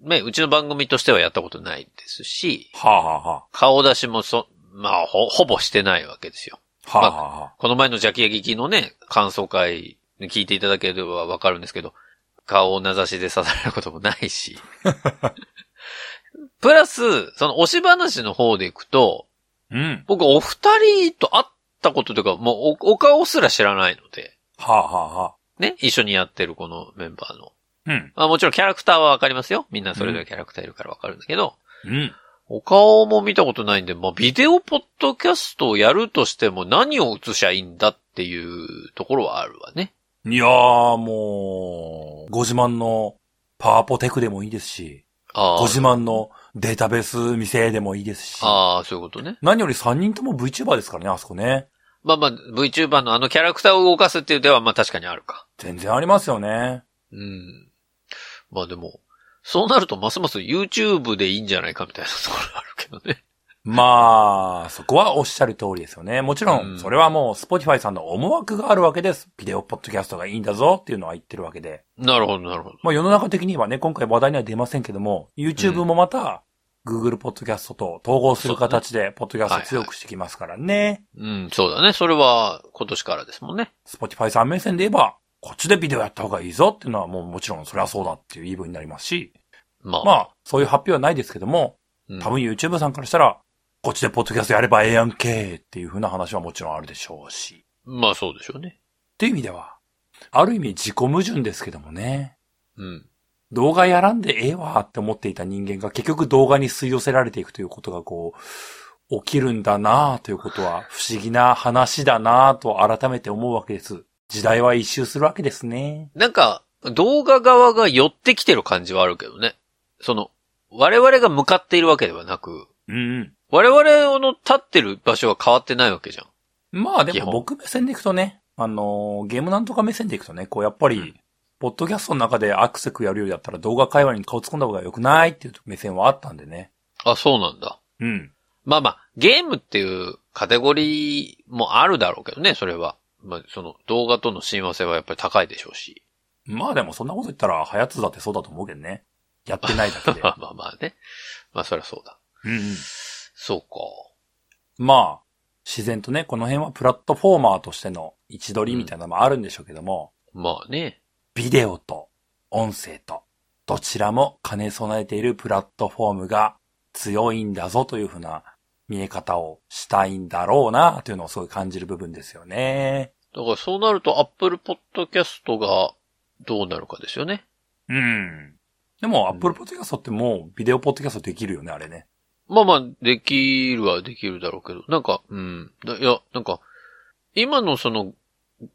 [SPEAKER 1] ね、うちの番組としてはやったことないですし、
[SPEAKER 2] はあ、はあ、は
[SPEAKER 1] 顔出しもそ、まあ、ほ、ほぼしてないわけですよ。
[SPEAKER 2] あ、はあ、はあはあ。
[SPEAKER 1] この前のジャキヤギキのね、感想会、聞いていただければわかるんですけど、顔を名指しで刺されることもないし。 プラス、その、押し話の方でいくと、
[SPEAKER 2] うん。
[SPEAKER 1] 僕、お二人と会ったことというか、もうお、お顔すら知らないので、
[SPEAKER 2] はあ、はあ、はあ。
[SPEAKER 1] ね、一緒にやってるこのメンバーの。
[SPEAKER 2] うん。
[SPEAKER 1] まあもちろんキャラクターはわかりますよ。みんなそれぞれキャラクターいるからわかるんだけど、
[SPEAKER 2] うん。
[SPEAKER 1] お顔も見たことないんで、まあビデオポッドキャストをやるとしても何を映しゃいいんだっていうところはあるわね。
[SPEAKER 2] いやー、もう、ご自慢のパワポテクでもいいですし、
[SPEAKER 1] あ
[SPEAKER 2] ご
[SPEAKER 1] あ。
[SPEAKER 2] 自慢のデータベース見せでもいいですし、
[SPEAKER 1] ああ、そういうことね。
[SPEAKER 2] 何より3人とも VTuber ですからね、あそこね。
[SPEAKER 1] まあまあ、VTuber のあのキャラクターを動かすっていう手は、まあ確かにあるか。
[SPEAKER 2] 全然ありますよね。
[SPEAKER 1] うん。まあでも、そうなるとますます YouTube でいいんじゃないかみたいなところあるけどね。
[SPEAKER 2] まあ、そこはおっしゃる通りですよね。もちろ
[SPEAKER 1] うん
[SPEAKER 2] ん、それはもう Spotify さんの思惑があるわけです。ビデオポッドキャストがいいんだぞっていうのは言ってるわけで。
[SPEAKER 1] なるほど、なるほど。
[SPEAKER 2] まあ世の中的にはね、今回話題には出ませんけども、YouTube もまた Google ポッドキャストと統合する形で、ポッドキャストを強くしてきますからね。
[SPEAKER 1] うん、そうだね。それは今年からですもんね。
[SPEAKER 2] Spotify さん目線で言えば、こっちでビデオやった方がいいぞっていうのはもうもちろんそれはそうだっていう言い分になりますし、
[SPEAKER 1] まあ。
[SPEAKER 2] まあそういう発表はないですけども、
[SPEAKER 1] うん
[SPEAKER 2] 多分 YouTube さんからしたら、こっちでポッドキャストやればええやんけっていう風な話はもちろんあるでしょうし。
[SPEAKER 1] まあそうでしょうね。
[SPEAKER 2] っていう意味では、ある意味自己矛盾ですけどもね。
[SPEAKER 1] うん。
[SPEAKER 2] 動画やらんでええわって思っていた人間が結局動画に吸い寄せられていくということがこう、起きるんだなあということは不思議な話だなあと改めて思うわけです。時代は一周するわけですね。
[SPEAKER 1] なんか、動画側が寄ってきてる感じはあるけどね。その、我々が向かっているわけではなく、
[SPEAKER 2] うん。
[SPEAKER 1] 我々の立ってる場所は変わってないわけじゃん。
[SPEAKER 2] まあで
[SPEAKER 1] 基
[SPEAKER 2] も
[SPEAKER 1] 本
[SPEAKER 2] 僕目線でいくとね、あのーゲームなんとか目線でいくとね、こうやっぱり、
[SPEAKER 1] うん
[SPEAKER 2] ポッドキャストの中でアクセクやるよりだったら動画会話に顔突っ込んだ方が良くないっていう目線はあったんでね。
[SPEAKER 1] あ、そうなんだ。
[SPEAKER 2] うん。
[SPEAKER 1] まあまあ、ゲームっていうカテゴリーもあるだろうけどね、それは。まあ、その動画との親和性はやっぱり高いでしょうし。
[SPEAKER 2] まあでもそんなこと言ったら、ハヤツだってそうだと思うけどね。やってないだけ で。
[SPEAKER 1] まあまあまあね。まあそりゃそうだ。
[SPEAKER 2] うんうん
[SPEAKER 1] そうか。
[SPEAKER 2] まあ、自然とね、この辺はプラットフォーマーとしての位置取りみたいなのもあるんでしょうけども、
[SPEAKER 1] まあね。
[SPEAKER 2] ビデオと音声とどちらも兼ね備えているプラットフォームが強いんだぞというふうな見え方をしたいんだろうなというのをすごい感じる部分ですよね。
[SPEAKER 1] だからそうなると Apple Podcast がどうなるかですよね。
[SPEAKER 2] うん。でも、Apple Podcast ってもうビデオポッドキャストできるよね、あれね。
[SPEAKER 1] まあまあ、できるはできるだろうけど、なんか、うん。だいや、なんか、今のその、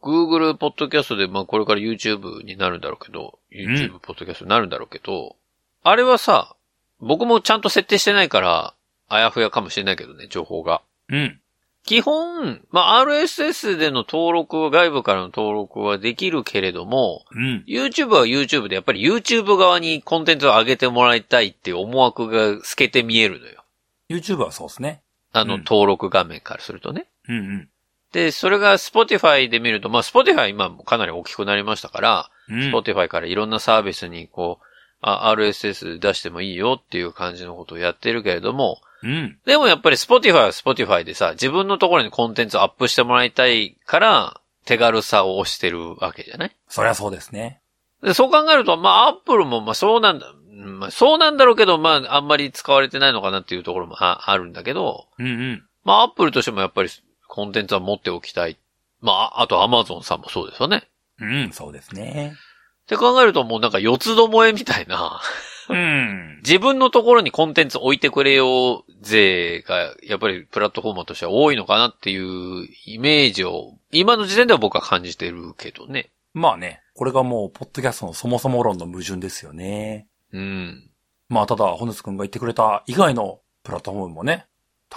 [SPEAKER 1] Google Podcast で、まあこれから YouTube になるんだろうけど、YouTube Podcast になるんだろうけど、あれはさ、僕もちゃんと設定してないから、あやふやかもしれないけどね、情報が。
[SPEAKER 2] うん。
[SPEAKER 1] 基本、まあ RSS での登録は、外部からの登録はできるけれども、
[SPEAKER 2] うん。
[SPEAKER 1] YouTube は YouTube で、やっぱり YouTube 側にコンテンツを上げてもらいたいっていう思惑が透けて見えるのよ。
[SPEAKER 2] YouTube はそうですね。
[SPEAKER 1] あの、
[SPEAKER 2] うん
[SPEAKER 1] 登録画面からするとね。
[SPEAKER 2] うんうん。
[SPEAKER 1] で、それが Spotify で見ると、まあ Spotify 今もかなり大きくなりましたから、
[SPEAKER 2] うん
[SPEAKER 1] Spotify からいろんなサービスにこう、あ RSS 出してもいいよっていう感じのことをやってるけれども、
[SPEAKER 2] うん。
[SPEAKER 1] でもやっぱり Spotify は Spotify でさ、自分のところにコンテンツをアップしてもらいたいから、手軽さを推してるわけじゃない
[SPEAKER 2] そりゃそうですね。
[SPEAKER 1] で、そう考えると、まあ、アップルも、まあ、そうなんだ、うんまあ、そうなんだろうけど、まあ、あんまり使われてないのかなっていうところもああるんだけど、
[SPEAKER 2] うんうん。
[SPEAKER 1] まあ、アップルとしてもやっぱりコンテンツは持っておきたい。まあ、ああとアマゾンさんもそうですよね。
[SPEAKER 2] うん、そうですね。
[SPEAKER 1] って考えると、もうなんか四つどもえみたいな、
[SPEAKER 2] うん。
[SPEAKER 1] 自分のところにコンテンツ置いてくれよ税が、やっぱりプラットフォーマーとしては多いのかなっていうイメージを、今の時点では僕は感じてるけどね。
[SPEAKER 2] まあね、これがもう、ポッドキャストのそもそも論の矛盾ですよね。
[SPEAKER 1] うん。
[SPEAKER 2] まあ、ただ、本日君が言ってくれた以外のプラットフォームもね、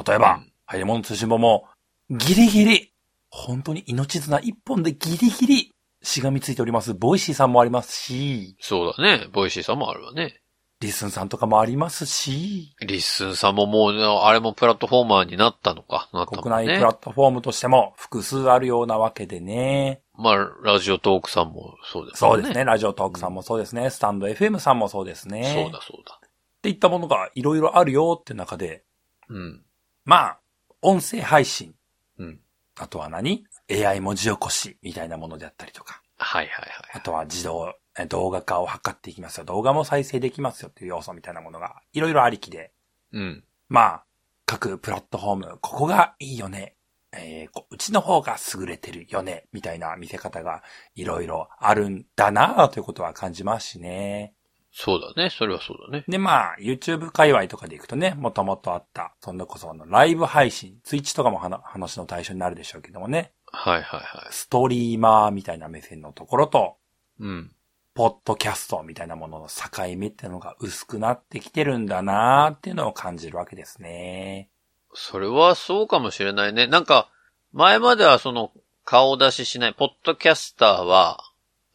[SPEAKER 2] 例えば、
[SPEAKER 1] うん
[SPEAKER 2] 入り物通信簿も、ギリギリ、本当に命綱一本でギリギリ、しがみついております、ボイシーさんもありますし、
[SPEAKER 1] そうだね。ボイシーさんもあるわね。
[SPEAKER 2] リスンさんとかもありますし、
[SPEAKER 1] リッスンさんももう、あれもプラットフォーマーになったのか。なったも
[SPEAKER 2] 国
[SPEAKER 1] ん
[SPEAKER 2] 内
[SPEAKER 1] ね。
[SPEAKER 2] プラットフォームとしても複数あるようなわけでね。
[SPEAKER 1] まあ、ラジオトークさんもそうです
[SPEAKER 2] そうですね。。ラジオトークさんもそうですね。スタンド FM さんもそうですね。
[SPEAKER 1] そう
[SPEAKER 2] っ
[SPEAKER 1] だそうだ。
[SPEAKER 2] ていったものがいろいろあるよって中で、
[SPEAKER 1] うん。
[SPEAKER 2] まあ、音声配信。
[SPEAKER 1] うん。
[SPEAKER 2] あとは何 ?AI 文字起こしみたいなものであったりとか。
[SPEAKER 1] はいはいは
[SPEAKER 2] あ
[SPEAKER 1] い。
[SPEAKER 2] とは自動、え動画化を図っていきますよ。動画も再生できますよっていう要素みたいなものがいろいろありきで。
[SPEAKER 1] うん。
[SPEAKER 2] まあ、各プラットフォーム、ここがいいよね。えーこううちの方が優れてるよね、みたいな見せ方がいろいろあるんだなということは感じますしね。
[SPEAKER 1] そうだね。それはそうだね。
[SPEAKER 2] で、まあ、YouTube 界隈とかで行くとね、もともとあった、そんなこそあの、ライブ配信、Twitch とかもはな話の対象になるでしょうけどもね、
[SPEAKER 1] はいはいは
[SPEAKER 2] ストリーマーみたいな目線のところと、
[SPEAKER 1] い。うん。
[SPEAKER 2] ポッドキャストみたいなものの境目ってのが薄くなってきてるんだなーっていうのを感じるわけですね。
[SPEAKER 1] それはそうかもしれないね。なんか、前まではその、顔出ししない、ポッドキャスターは、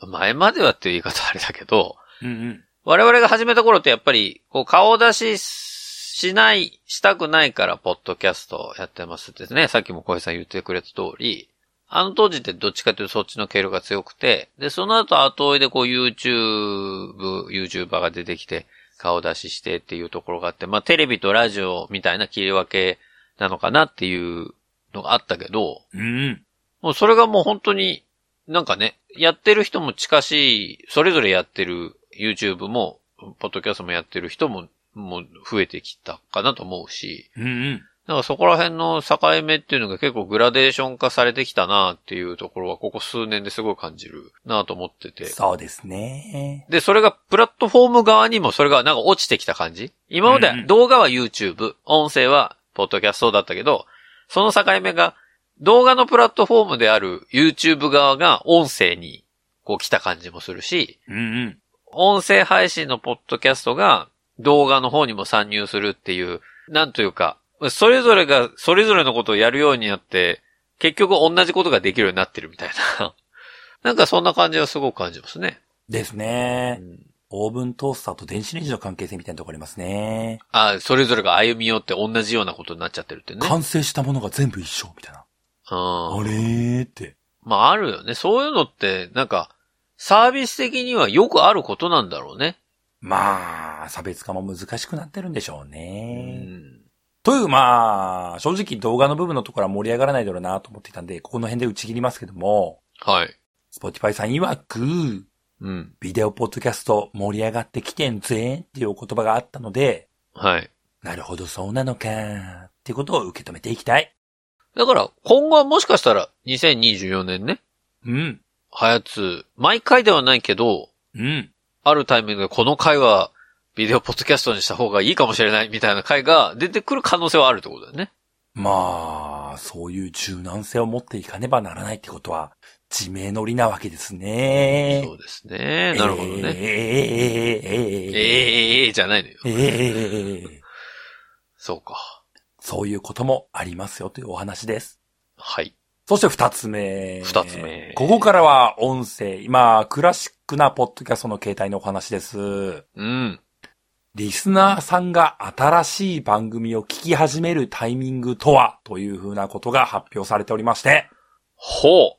[SPEAKER 1] 前まではっていう言い方あれだけど、
[SPEAKER 2] うんうん。
[SPEAKER 1] 我々が始めた頃ってやっぱり、こう、顔出ししない、したくないから、ポッドキャストやってますってね、さっきも小林さん言ってくれた通り、あの当時ってどっちかというとそっちの経路が強くて、で、その後後追いでこう YouTube、YouTuber が出てきて、顔出ししてっていうところがあって、まあテレビとラジオみたいな切り分けなのかなっていうのがあったけど、
[SPEAKER 2] うんうん。
[SPEAKER 1] もうそれがもう本当に、なんかね、やってる人も近しい、それぞれやってる YouTube も、ポッドキャストもやってる人も、もう増えてきたかなと思うし、
[SPEAKER 2] うんうん。
[SPEAKER 1] なんかそこら辺の境目っていうのが結構グラデーション化されてきたなっていうところは、ここ数年ですごい感じるなと思ってて。
[SPEAKER 2] そうですね。
[SPEAKER 1] で、それがプラットフォーム側にもそれがなんか落ちてきた感じ今までは
[SPEAKER 2] うんうん
[SPEAKER 1] 動画は YouTube、音声はポッドキャストだったけど、その境目が動画のプラットフォームである YouTube 側が音声にこう来た感じもするし、
[SPEAKER 2] うんうん。
[SPEAKER 1] 音声配信のポッドキャストが動画の方にも参入するっていう、なんというか、それぞれがそれぞれのことをやるようになって、結局同じことができるようになってるみたいな。 なんかそんな感じはすごく感じますね。
[SPEAKER 2] です
[SPEAKER 1] う
[SPEAKER 2] ね。
[SPEAKER 1] ん
[SPEAKER 2] オーブントースターと電子レンジの関係性みたいなとこありますね。
[SPEAKER 1] あ、それぞれが歩み寄って同じようなことになっちゃってるってね。
[SPEAKER 2] 完成したものが全部一緒、みたいな。
[SPEAKER 1] うん
[SPEAKER 2] あ。れーって。
[SPEAKER 1] まああるよね。そういうのって、なんか、サービス的にはよくあることなんだろうね。
[SPEAKER 2] まあ、差別化も難しくなってるんでしょう
[SPEAKER 1] う
[SPEAKER 2] ね。
[SPEAKER 1] ん。
[SPEAKER 2] という、まあ、正直動画の部分のところは盛り上がらないだろうなと思っていたんで、ここの辺で打ち切りますけども、
[SPEAKER 1] はい。
[SPEAKER 2] Spotify さん曰く、
[SPEAKER 1] うん。
[SPEAKER 2] ビデオポッドキャスト盛り上がってきてんぜっていうお言葉があったので、
[SPEAKER 1] はい。
[SPEAKER 2] なるほどそうなのかっていうことを受け止めていきたい。
[SPEAKER 1] だから、今後はもしかしたら、2024年ね、
[SPEAKER 2] うん、
[SPEAKER 1] はやつ、毎回ではないけど、
[SPEAKER 2] うん、
[SPEAKER 1] あるタイミングでこの回は、ビデオポッドキャストにした方がいいかもしれないみたいな回が出てくる可能性はあるってことだよね。
[SPEAKER 2] まあ、そういう柔軟性を持っていかねばならないってことは、自明のりなわけですね。
[SPEAKER 1] そうですね。なるほど
[SPEAKER 2] えー
[SPEAKER 1] ね。えー、
[SPEAKER 2] えーえーえーえー
[SPEAKER 1] えーえーじゃないのよ。
[SPEAKER 2] えーえーえー
[SPEAKER 1] そうか。
[SPEAKER 2] そういうこともありますよというお話です。
[SPEAKER 1] はい。
[SPEAKER 2] そして二つ目。
[SPEAKER 1] 二つ目
[SPEAKER 2] ここからは音声。今、クラシックなポッドキャストの形態のお話です。
[SPEAKER 1] うん。
[SPEAKER 2] リスナーさんが新しい番組を聞き始めるタイミングとはというふうなことが発表されておりまして、
[SPEAKER 1] ほ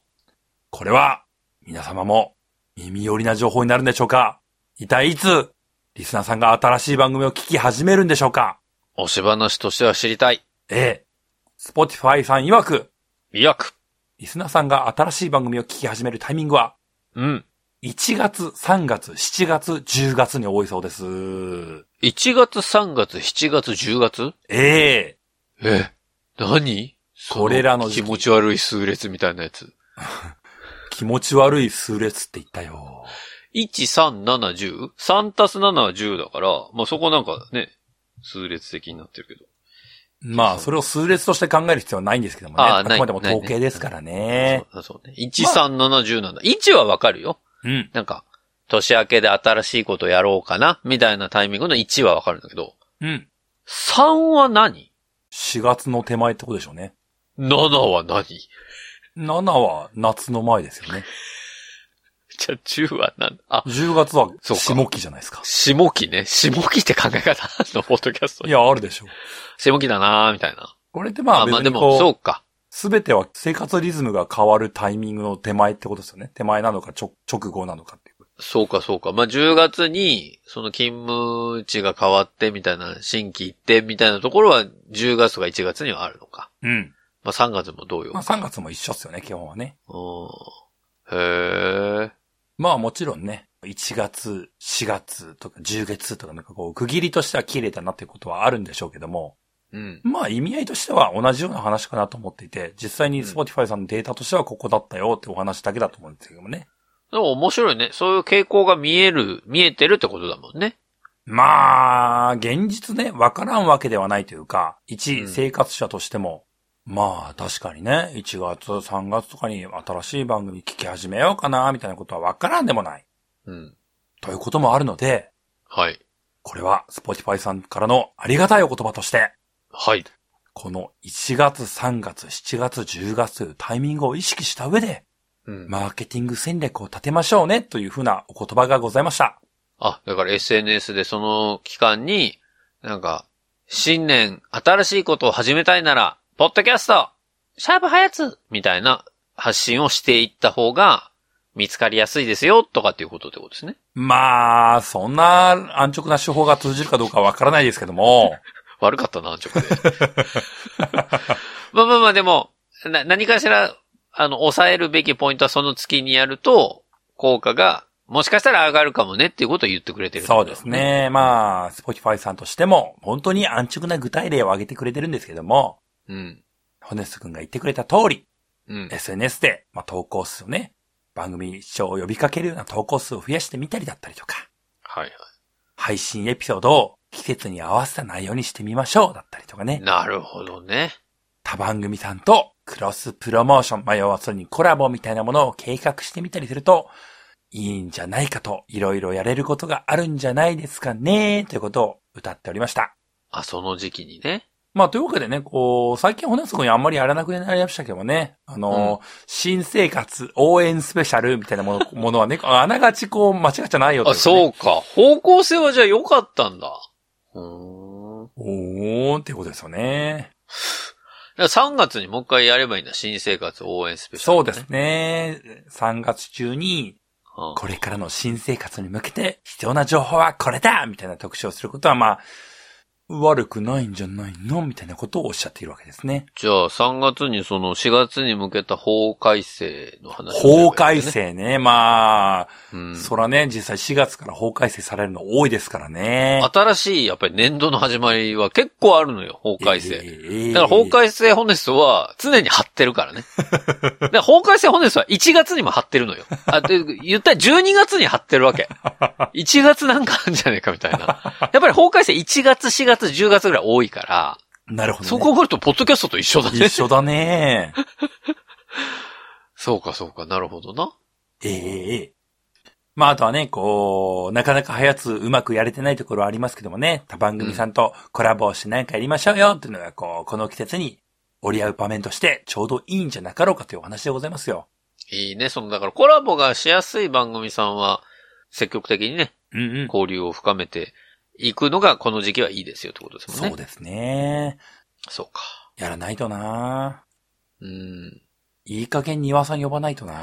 [SPEAKER 2] これは皆様も耳寄りな情報になるんでしょうか一体いつリスナーさんが新しい番組を聞き始めるんでしょうか
[SPEAKER 1] う。推し話としては知りたい。
[SPEAKER 2] ええ。Spotify さん曰く、
[SPEAKER 1] いやく。
[SPEAKER 2] リスナーさんが新しい番組を聞き始めるタイミングは
[SPEAKER 1] うん。
[SPEAKER 2] 1月、3月、7月、10月に多いそうです。
[SPEAKER 1] 1月、3月、7月、10月
[SPEAKER 2] ええ
[SPEAKER 1] え、何
[SPEAKER 2] これらの時
[SPEAKER 1] 気
[SPEAKER 2] 期
[SPEAKER 1] 持ち悪い数列みたいなやつ。
[SPEAKER 2] 気持ち悪い数列って言ったよ。
[SPEAKER 1] 1、3、7、10? 3たす7は10だから、まあ、そこなんかね、数列的になってるけど。
[SPEAKER 2] ま
[SPEAKER 1] そう
[SPEAKER 2] あ、それを数列として考える必要はないんですけどもね。
[SPEAKER 1] ああ
[SPEAKER 2] あくまでも
[SPEAKER 1] ない
[SPEAKER 2] 統計ですからね。
[SPEAKER 1] そうそうね。1、3、7、10なんだ。1はわかるよ。
[SPEAKER 2] うん。
[SPEAKER 1] なんか、年明けで新しいことやろうかな、みたいなタイミングの1はわかるんだけど、
[SPEAKER 2] うん。
[SPEAKER 1] 3は何
[SPEAKER 2] 4月の手前ってことでしょうね。
[SPEAKER 1] ?7 は何
[SPEAKER 2] 7は夏の前ですよね。
[SPEAKER 1] じゃあ10は何あ、
[SPEAKER 2] 10月は
[SPEAKER 1] そうか
[SPEAKER 2] 下期じゃないですか。
[SPEAKER 1] 下期ね。下期って考え方 あるのポッドキャスト
[SPEAKER 2] い
[SPEAKER 1] に。
[SPEAKER 2] や、あるでしょう。
[SPEAKER 1] 下期だなーみたいな。
[SPEAKER 2] これって
[SPEAKER 1] ま
[SPEAKER 2] ま
[SPEAKER 1] あ
[SPEAKER 2] あ別
[SPEAKER 1] まあで
[SPEAKER 2] に
[SPEAKER 1] も、
[SPEAKER 2] こ、
[SPEAKER 1] そううか。
[SPEAKER 2] すべては生活リズムが変わるタイミングの手前ってことですよね。手前なのか、ちょ、直後なのかっていう。
[SPEAKER 1] そうかそうか。まあ10月に、その勤務地が変わってみたいな、新規行ってみたいなところは10月とか1月にはあるのか。
[SPEAKER 2] うん。
[SPEAKER 1] まあ3月も同様。
[SPEAKER 2] まあ3月も一緒っすよね、基本はね。
[SPEAKER 1] うん。へえ。
[SPEAKER 2] まあもちろんね、1月、4月とか10月とかなんかこう、区切りとしては切れたなっていうことはあるんでしょうけども、
[SPEAKER 1] うん。
[SPEAKER 2] まあ意味合いとしては同じような話かなと思っていて、実際に Spotify さんのデータとしてはここだったよってお話だけだと思うんですけどもね。
[SPEAKER 1] でも面白いね。そういう傾向が見える、見えてるってことだもんね。
[SPEAKER 2] まあ、現実ね、わからんわけではないというか、一、
[SPEAKER 1] うん
[SPEAKER 2] 生活者としても、まあ確かにね、1月、3月とかに新しい番組聞き始めようかな、みたいなことはわからんでもない。
[SPEAKER 1] うん。
[SPEAKER 2] ということもあるので、
[SPEAKER 1] はい。
[SPEAKER 2] これは Spotify さんからのありがたいお言葉として、
[SPEAKER 1] はい。
[SPEAKER 2] この1月、3月、7月、10月というタイミングを意識した上で、
[SPEAKER 1] うん。
[SPEAKER 2] マーケティング戦略を立てましょうねというふうなお言葉がございました。
[SPEAKER 1] あ、だから SNS でその期間に、なんか、新年、新しいことを始めたいなら、ポッドキャストシャープはやつみたいな発信をしていった方が、見つかりやすいですよ、とかっていうことってことですね。
[SPEAKER 2] まあ、そんな安直な手法が通じるかどうかわからないですけども、
[SPEAKER 1] 悪かったな、直で。 まあまあまあ、でも、な、何かしら、あの、抑えるべきポイントはその月にやると、効果が、もしかしたら上がるかもねっていうことを言ってくれてる、
[SPEAKER 2] そうです。ね。まあ、Spotify さんとしても、本当に安直な具体例を挙げてくれてるんですけども、
[SPEAKER 1] うん。
[SPEAKER 2] ホネス君が言ってくれた通り、
[SPEAKER 1] うん。
[SPEAKER 2] SNS で、まあ、投稿数をね、番組視聴を呼びかけるような投稿数を増やしてみたりだったりとか、
[SPEAKER 1] はいはい。
[SPEAKER 2] 配信エピソードを季節に合わせた内容にしてみましょうだったりとかね、
[SPEAKER 1] なるほどね。
[SPEAKER 2] 他番組さんとクロスプロモーション、まあ、要はそれにコラボみたいなものを計画してみたりすると、いいんじゃないかと、いろいろやれることがあるんじゃないですかね、ということを歌っておりました。
[SPEAKER 1] あ、その時期にね。
[SPEAKER 2] まあ、というわけでね、こう、最近骨すくにあんまりやらなくなりましたけどもね、あの、新生活応援スペシャルみたいなものものはね、 あながちこう、間違っちゃないよとい
[SPEAKER 1] あ、
[SPEAKER 2] うことね、
[SPEAKER 1] そうか。方向性はじゃあ良かったんだ。うーん。
[SPEAKER 2] おーっていうことですよね。
[SPEAKER 1] だから3月にもう一回やればいいんだ。新生活応援スペシャル、
[SPEAKER 2] そうです。ね。3月中に、
[SPEAKER 1] うん
[SPEAKER 2] これからの新生活に向けて必要な情報はこれだみたいな特集をすることは、まあ、悪くないんじゃないのみたいなことをおっしゃっているわけですね。
[SPEAKER 1] じゃあ3月にその4月に向けた法改正の話をすればいい
[SPEAKER 2] 法
[SPEAKER 1] んだね、
[SPEAKER 2] 改正ね。まあ、
[SPEAKER 1] うん。
[SPEAKER 2] そらね、実際4月から法改正されるの多いですからね。
[SPEAKER 1] 新しいやっぱり年度の始まりは結構あるのよ。法改正。
[SPEAKER 2] 正
[SPEAKER 1] だから法改正ホネストは常に張ってるから ね。だから法改正ホネストは1月にも張ってるのよ。あ、で、言ったら12月に張ってるわ け。1月なんかあるんじゃねえかみたいな。やっぱり法改正1月、4月、10月ぐらい多いから、
[SPEAKER 2] なるほど、ね。
[SPEAKER 1] そこを来るとポッドキャストと一緒だね
[SPEAKER 2] 一。緒だね。
[SPEAKER 1] そうかそうか、なるほどな。
[SPEAKER 2] ええええまあ、あとはね、こう、なかなか早つうまくやれてないところはありますけどもね、他番組さんとコラボをしてなんかやりましょうよっていうのが、こう、この季節に折り合う場面としてちょうどいいんじゃなかろうかというお話でございますよ。
[SPEAKER 1] いいね、その、だからコラボがしやすい番組さんは、積極的にね、
[SPEAKER 2] うんうん。
[SPEAKER 1] 交流を深めていくのがこの時期はいいですよってことですもんね。
[SPEAKER 2] そうですね。
[SPEAKER 1] そうか。
[SPEAKER 2] やらないとな
[SPEAKER 1] うん。
[SPEAKER 2] いい加減庭さん呼ばないとな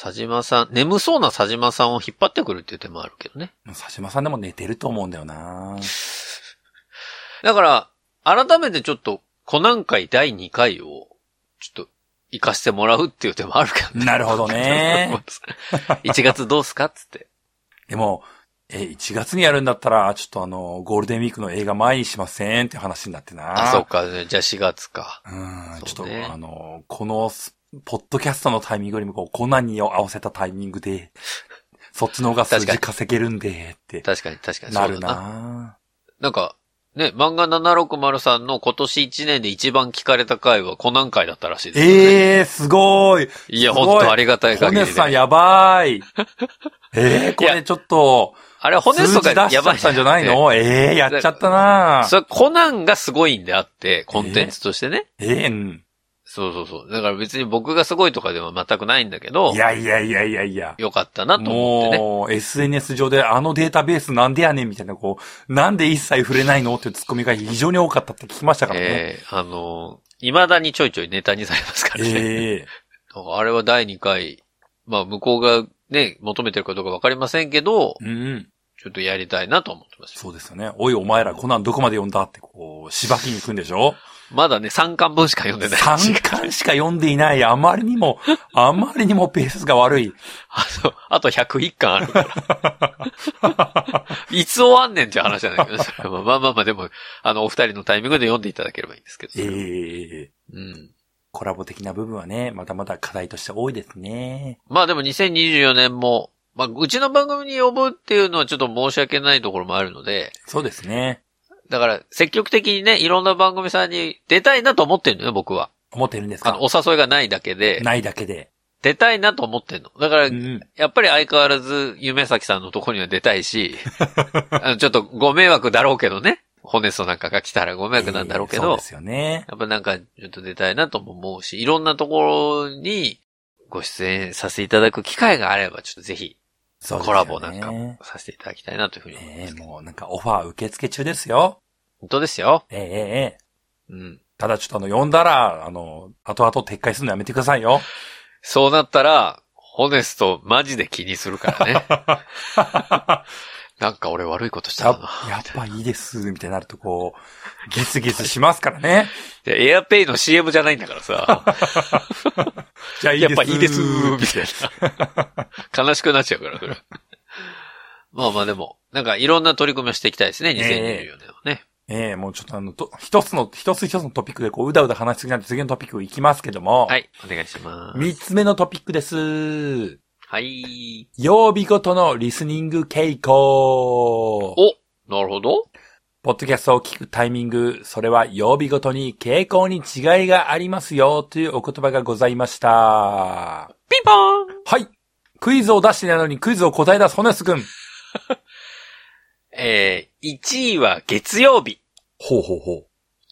[SPEAKER 1] 佐島さん、眠そうな佐島さんを引っ張ってくるっていう手もあるけどね。
[SPEAKER 2] もう佐島さんでも寝てると思うんだよな
[SPEAKER 1] だから、改めてちょっと、コナン会第2回を、ちょっと、行かせてもらうっていう手もあるけどね。
[SPEAKER 2] なるほど ね。
[SPEAKER 1] 1月どうすかっつって。
[SPEAKER 2] でも、え、1月にやるんだったら、ちょっとあの、ゴールデンウィークの映画前にしませんって話になって
[SPEAKER 1] あ、
[SPEAKER 2] な
[SPEAKER 1] そうか、ね。じゃあ4月か。
[SPEAKER 2] うん、ちょっ
[SPEAKER 1] そ
[SPEAKER 2] と、
[SPEAKER 1] うね
[SPEAKER 2] あの、このス、ポッドキャストのタイミングよりも、こう、コナンに合わせたタイミング で、そっちの方が
[SPEAKER 1] 確
[SPEAKER 2] 数
[SPEAKER 1] かに
[SPEAKER 2] 字稼げるんで、って、
[SPEAKER 1] 確かに確かに。
[SPEAKER 2] なる
[SPEAKER 1] そうだ
[SPEAKER 2] な
[SPEAKER 1] なんか、ね、漫画760さんの今年1年で一番聞かれた回はコナン会だったらしいですよね、
[SPEAKER 2] ええー、すごい
[SPEAKER 1] いや、
[SPEAKER 2] すごい
[SPEAKER 1] 本当ありがたい
[SPEAKER 2] ホ
[SPEAKER 1] 限り
[SPEAKER 2] ネ
[SPEAKER 1] で
[SPEAKER 2] スさんやば いええー、これちょっと、
[SPEAKER 1] あれ、骨
[SPEAKER 2] 数
[SPEAKER 1] と
[SPEAKER 2] 字出
[SPEAKER 1] か
[SPEAKER 2] しちゃ
[SPEAKER 1] や
[SPEAKER 2] っ
[SPEAKER 1] ばい
[SPEAKER 2] たんじゃないのええー、やっちゃったな
[SPEAKER 1] それコナンがすごいんであって、コンテンツとしてね。
[SPEAKER 2] ええうん
[SPEAKER 1] そうそうそう。だから別に僕がすごいとかでは全くないんだけど
[SPEAKER 2] い、やいやいやいやいや。
[SPEAKER 1] よかったなと思ってね。
[SPEAKER 2] もう、SNS 上であのデータベースなんでやねんみたいな、こう、なんで一切触れないのっていうツッコミが非常に多かったって聞きましたからね。
[SPEAKER 1] えーあのー未だにちょいちょいネタにされますからね。
[SPEAKER 2] ええ
[SPEAKER 1] あれは第2回、まあ向こうがね、求めてるかどうかわかりませんけど、
[SPEAKER 2] うんうん。
[SPEAKER 1] ちょっとやりたいなと思ってますよ。
[SPEAKER 2] そうですよね。おいお前らコナンどこまで読んだってこう、しばきに行くんでしょ
[SPEAKER 1] まだね、3巻分しか読んでない。
[SPEAKER 2] 3巻しか読んでいない。あまりにも、あまりにもペースが悪い。
[SPEAKER 1] あと、あと101巻あるから。 いつ終わんねんっていう話なんだけど、それはまあまあまあ、でも、あの、お二人のタイミングで読んでいただければいいんですけど。
[SPEAKER 2] ええ
[SPEAKER 1] うん。
[SPEAKER 2] コラボ的な部分はね、まだまだ課題として多いですね。
[SPEAKER 1] まあでも2024年も、まあ、うちの番組に呼ぶっていうのはちょっと申し訳ないところもあるので、
[SPEAKER 2] そうですね。
[SPEAKER 1] だから、積極的にね、いろんな番組さんに出たいなと思ってるのよ、僕は。
[SPEAKER 2] 思ってるんです
[SPEAKER 1] あ
[SPEAKER 2] か
[SPEAKER 1] の、お誘いがないだけで、
[SPEAKER 2] ないだけで。
[SPEAKER 1] 出たいなと思ってるの。だから
[SPEAKER 2] う、ん。
[SPEAKER 1] やっぱり相変わらず、夢咲さんのとこには出たい し、あのちょっとご迷惑だろうけどね。ホネストなんかが来たらご迷惑なんだろうけ
[SPEAKER 2] ええそう
[SPEAKER 1] ど
[SPEAKER 2] で、すよね。
[SPEAKER 1] やっぱなんかちょっと出たいなとも思うし、いろんなところにご出演させていただく機会があれば、ちょっとぜひ
[SPEAKER 2] そうです
[SPEAKER 1] コ
[SPEAKER 2] よね
[SPEAKER 1] ラボなんかもさせていただきたいなというふうに思い
[SPEAKER 2] え
[SPEAKER 1] ま
[SPEAKER 2] え
[SPEAKER 1] す。
[SPEAKER 2] もうなんかオファー受付中ですよ。
[SPEAKER 1] 本当ですよ。
[SPEAKER 2] ええええええ
[SPEAKER 1] うん。
[SPEAKER 2] ただちょっとあの、読んだら、あの、後々撤回するのやめてくださいよ。
[SPEAKER 1] そうなったら、ホネストマジで気にするからね。 なんか俺悪いことし
[SPEAKER 2] や
[SPEAKER 1] た
[SPEAKER 2] っ
[SPEAKER 1] かな。
[SPEAKER 2] やっぱいいです、みたいになるとこう、ギスギスしますか らね。
[SPEAKER 1] でエアペイの CM じゃないんだからさ。
[SPEAKER 2] じゃあ いい
[SPEAKER 1] や
[SPEAKER 2] で
[SPEAKER 1] っ
[SPEAKER 2] す。
[SPEAKER 1] ぱいいです、みたい な。悲しくなっちゃうから、それ。まあまあでも、なんかいろんな取り組みをしていきたいですね、2024年はね。
[SPEAKER 2] ええもうちょっとあの、と一つの、一つ一つのトピックでこう、うだうだ話しすぎなんで次のトピックいきますけども。
[SPEAKER 1] はい、お願いします。
[SPEAKER 2] 三つ目のトピックです。
[SPEAKER 1] はい。
[SPEAKER 2] 曜日ごとのリスニング傾向。
[SPEAKER 1] おなるほど。
[SPEAKER 2] ポッドキャストを聞くタイミング、それは曜日ごとに傾向に違いがありますよというお言葉がございました。は
[SPEAKER 1] ピンポーン
[SPEAKER 2] い。クイズを出してないのにクイズを答え出すホネス君。
[SPEAKER 1] えー、1位は月曜日。
[SPEAKER 2] ほうほうほう。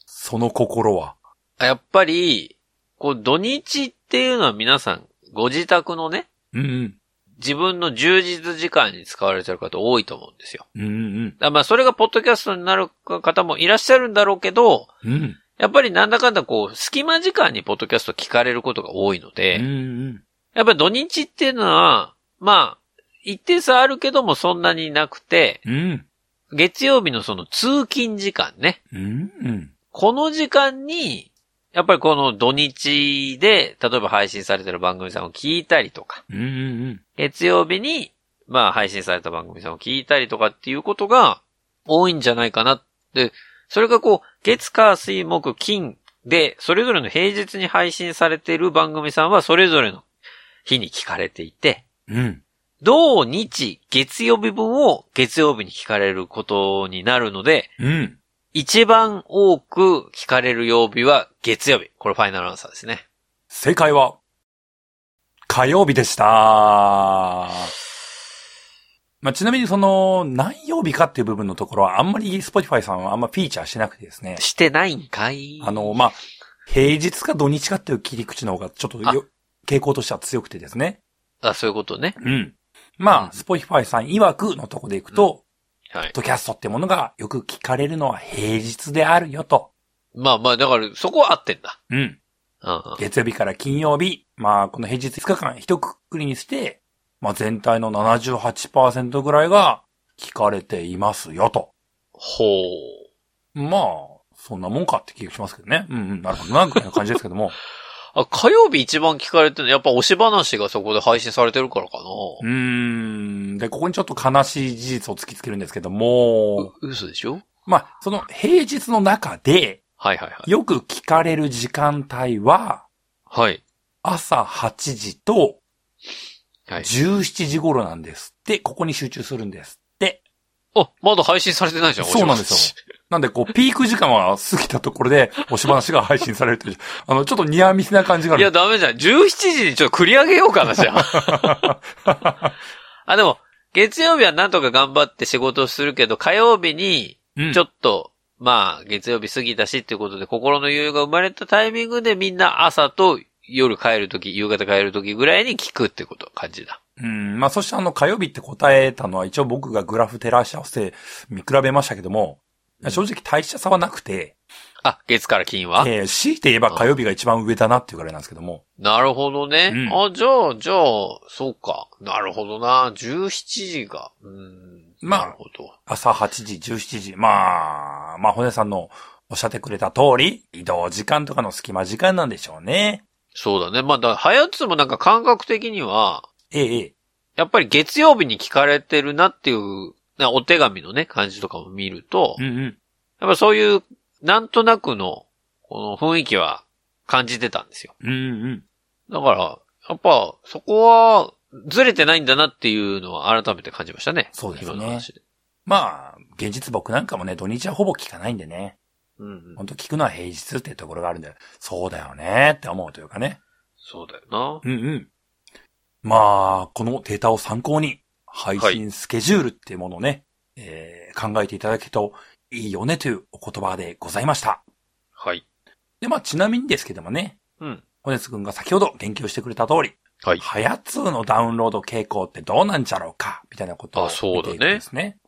[SPEAKER 2] その心は。
[SPEAKER 1] やっぱり、こう土日っていうのは皆さん、ご自宅のね、
[SPEAKER 2] うんうん。
[SPEAKER 1] 自分の充実時間に使われてる方多いと思うんですよ。
[SPEAKER 2] うんうん
[SPEAKER 1] だからまあそれがポッドキャストになる方もいらっしゃるんだろうけど、
[SPEAKER 2] うん。うん。
[SPEAKER 1] やっぱりなんだかんだこう、隙間時間にポッドキャスト聞かれることが多いので、
[SPEAKER 2] うんうん。
[SPEAKER 1] やっぱり土日っていうのは、まあ、一定差あるけどもそんなになくて、
[SPEAKER 2] うん。
[SPEAKER 1] 月曜日のその通勤時間ね。
[SPEAKER 2] うんうん。
[SPEAKER 1] この時間に、やっぱりこの土日で、例えば配信されてる番組さんを聞いたりとか、
[SPEAKER 2] うんうん
[SPEAKER 1] 月曜日に、まあ配信された番組さんを聞いたりとかっていうことが多いんじゃないかなって、それがこう、月火水木金で、それぞれの平日に配信されてる番組さんはそれぞれの日に聞かれていて、
[SPEAKER 2] うん。うん。
[SPEAKER 1] 土日月曜日分を月曜日に聞かれることになるので、
[SPEAKER 2] うん。
[SPEAKER 1] 一番多く聞かれる曜日は月曜日。これファイナルアンサーですね。
[SPEAKER 2] 正解は、火曜日でした。まあ、ちなみにその、何曜日かっていう部分のところは、あんまり Spotify さんはあんまフィーチャーしなくてですね。
[SPEAKER 1] してないんかい
[SPEAKER 2] あの、まあ、平日か土日かっていう切り口の方が、ちょっとよ
[SPEAKER 1] あ
[SPEAKER 2] 傾向としては強くてですね。
[SPEAKER 1] あ、そういうことね。
[SPEAKER 2] うん。まあ、Spotify さん曰くのとこでいくと、
[SPEAKER 1] はい。
[SPEAKER 2] ポッドキャストってものがよく聞かれるのは平日であるよと。
[SPEAKER 1] まあまあ、だからそこは合ってんだ。
[SPEAKER 2] うん。
[SPEAKER 1] うん
[SPEAKER 2] 月曜日から金曜日、まあ、この平日5日間一括りにして、まあ、全体の78%ぐらいが聞かれていますよと。
[SPEAKER 1] ほう。
[SPEAKER 2] まあ、そんなもんかって気がしますけどね。うんうん、なるほどな、ぐらいな感じですけども。
[SPEAKER 1] あ、火曜日一番聞かれてるの、やっぱ推し話がそこで配信されてるからか
[SPEAKER 2] うーん。で、ここにちょっと悲しい事実を突きつけるんですけども、
[SPEAKER 1] な。う嘘でしょ
[SPEAKER 2] まあ、その平日の中で、
[SPEAKER 1] はいはいはい。
[SPEAKER 2] よく聞かれる時間帯は、
[SPEAKER 1] はい。
[SPEAKER 2] 朝8時と
[SPEAKER 1] はい。
[SPEAKER 2] 17時頃なんですって、ここに集中するんですって。
[SPEAKER 1] あ、まだ配信されてないじゃん、
[SPEAKER 2] そうなんですよ
[SPEAKER 1] 推し話
[SPEAKER 2] なんで、こう、ピーク時間は過ぎたところで、押し話が配信されるという、あの、ちょっとニアミスな感じがあ
[SPEAKER 1] いや、
[SPEAKER 2] る。
[SPEAKER 1] ダメじゃん。17時にちょっと繰り上げようかな、じゃあ。 あ、でも、月曜日はなんとか頑張って仕事をするけど、火曜日に、
[SPEAKER 2] うん
[SPEAKER 1] ちょっと、まあ、月曜日過ぎたしっていうことで、心の余裕が生まれたタイミングでみんな朝と夜帰るとき、夕方帰るときぐらいに聞くってこと、感じだ。
[SPEAKER 2] うん、まあ、そしてあの、火曜日って答えたのは、一応僕がグラフ照らし合わせて見比べましたけども、正直大した差はなくて、
[SPEAKER 1] あ、月から金は、
[SPEAKER 2] えー、強いて言えば火曜日が一番上だなっていうぐらいなんですけども、
[SPEAKER 1] なるほどね。
[SPEAKER 2] うん
[SPEAKER 1] あ、じゃあ、じゃあ、そうか。なるほどな。17時が。うん。
[SPEAKER 2] ま
[SPEAKER 1] な
[SPEAKER 2] あ
[SPEAKER 1] るほど。
[SPEAKER 2] 朝8時、17時、まあ、まあ、骨さんのおおっしゃってくれた通り、移動時間とかの隙間時間なんでしょうね。
[SPEAKER 1] そうだね。まあ、だはやつもなんか感覚的には、
[SPEAKER 2] ええ、ええ。
[SPEAKER 1] やっぱり月曜日に聞かれてるなっていう、なお手紙のね、感じとかも見ると、
[SPEAKER 2] うんうん。
[SPEAKER 1] やっぱそういう、なんとなくの、この雰囲気は感じてたんですよ。
[SPEAKER 2] うんうん。
[SPEAKER 1] だから、やっぱ、そこは、ずれてないんだなっていうのは改めて感じましたね。
[SPEAKER 2] そうですね
[SPEAKER 1] 今の話で。
[SPEAKER 2] まあ、現実僕なんかもね、土日はほぼ聞かないんでね。
[SPEAKER 1] うん、う
[SPEAKER 2] ほ
[SPEAKER 1] ん。
[SPEAKER 2] んと聞くのは平日っていうところがあるんで、そうだよねって思うというかね。
[SPEAKER 1] そうだよな。
[SPEAKER 2] うんうん。まあ、このデータを参考に、配信スケジュールっていうものをね、えー考えていただけるといいよねというお言葉でございました。
[SPEAKER 1] はい。
[SPEAKER 2] で、まあ、ちなみにですけどもね、
[SPEAKER 1] うん。
[SPEAKER 2] 小熱くんが先ほど言及してくれた通り、
[SPEAKER 1] はい。
[SPEAKER 2] はやつーのダウンロード傾向ってどうなんじゃろうか、みたいなことを
[SPEAKER 1] あそうだ
[SPEAKER 2] 見て
[SPEAKER 1] ね
[SPEAKER 2] いくんですね。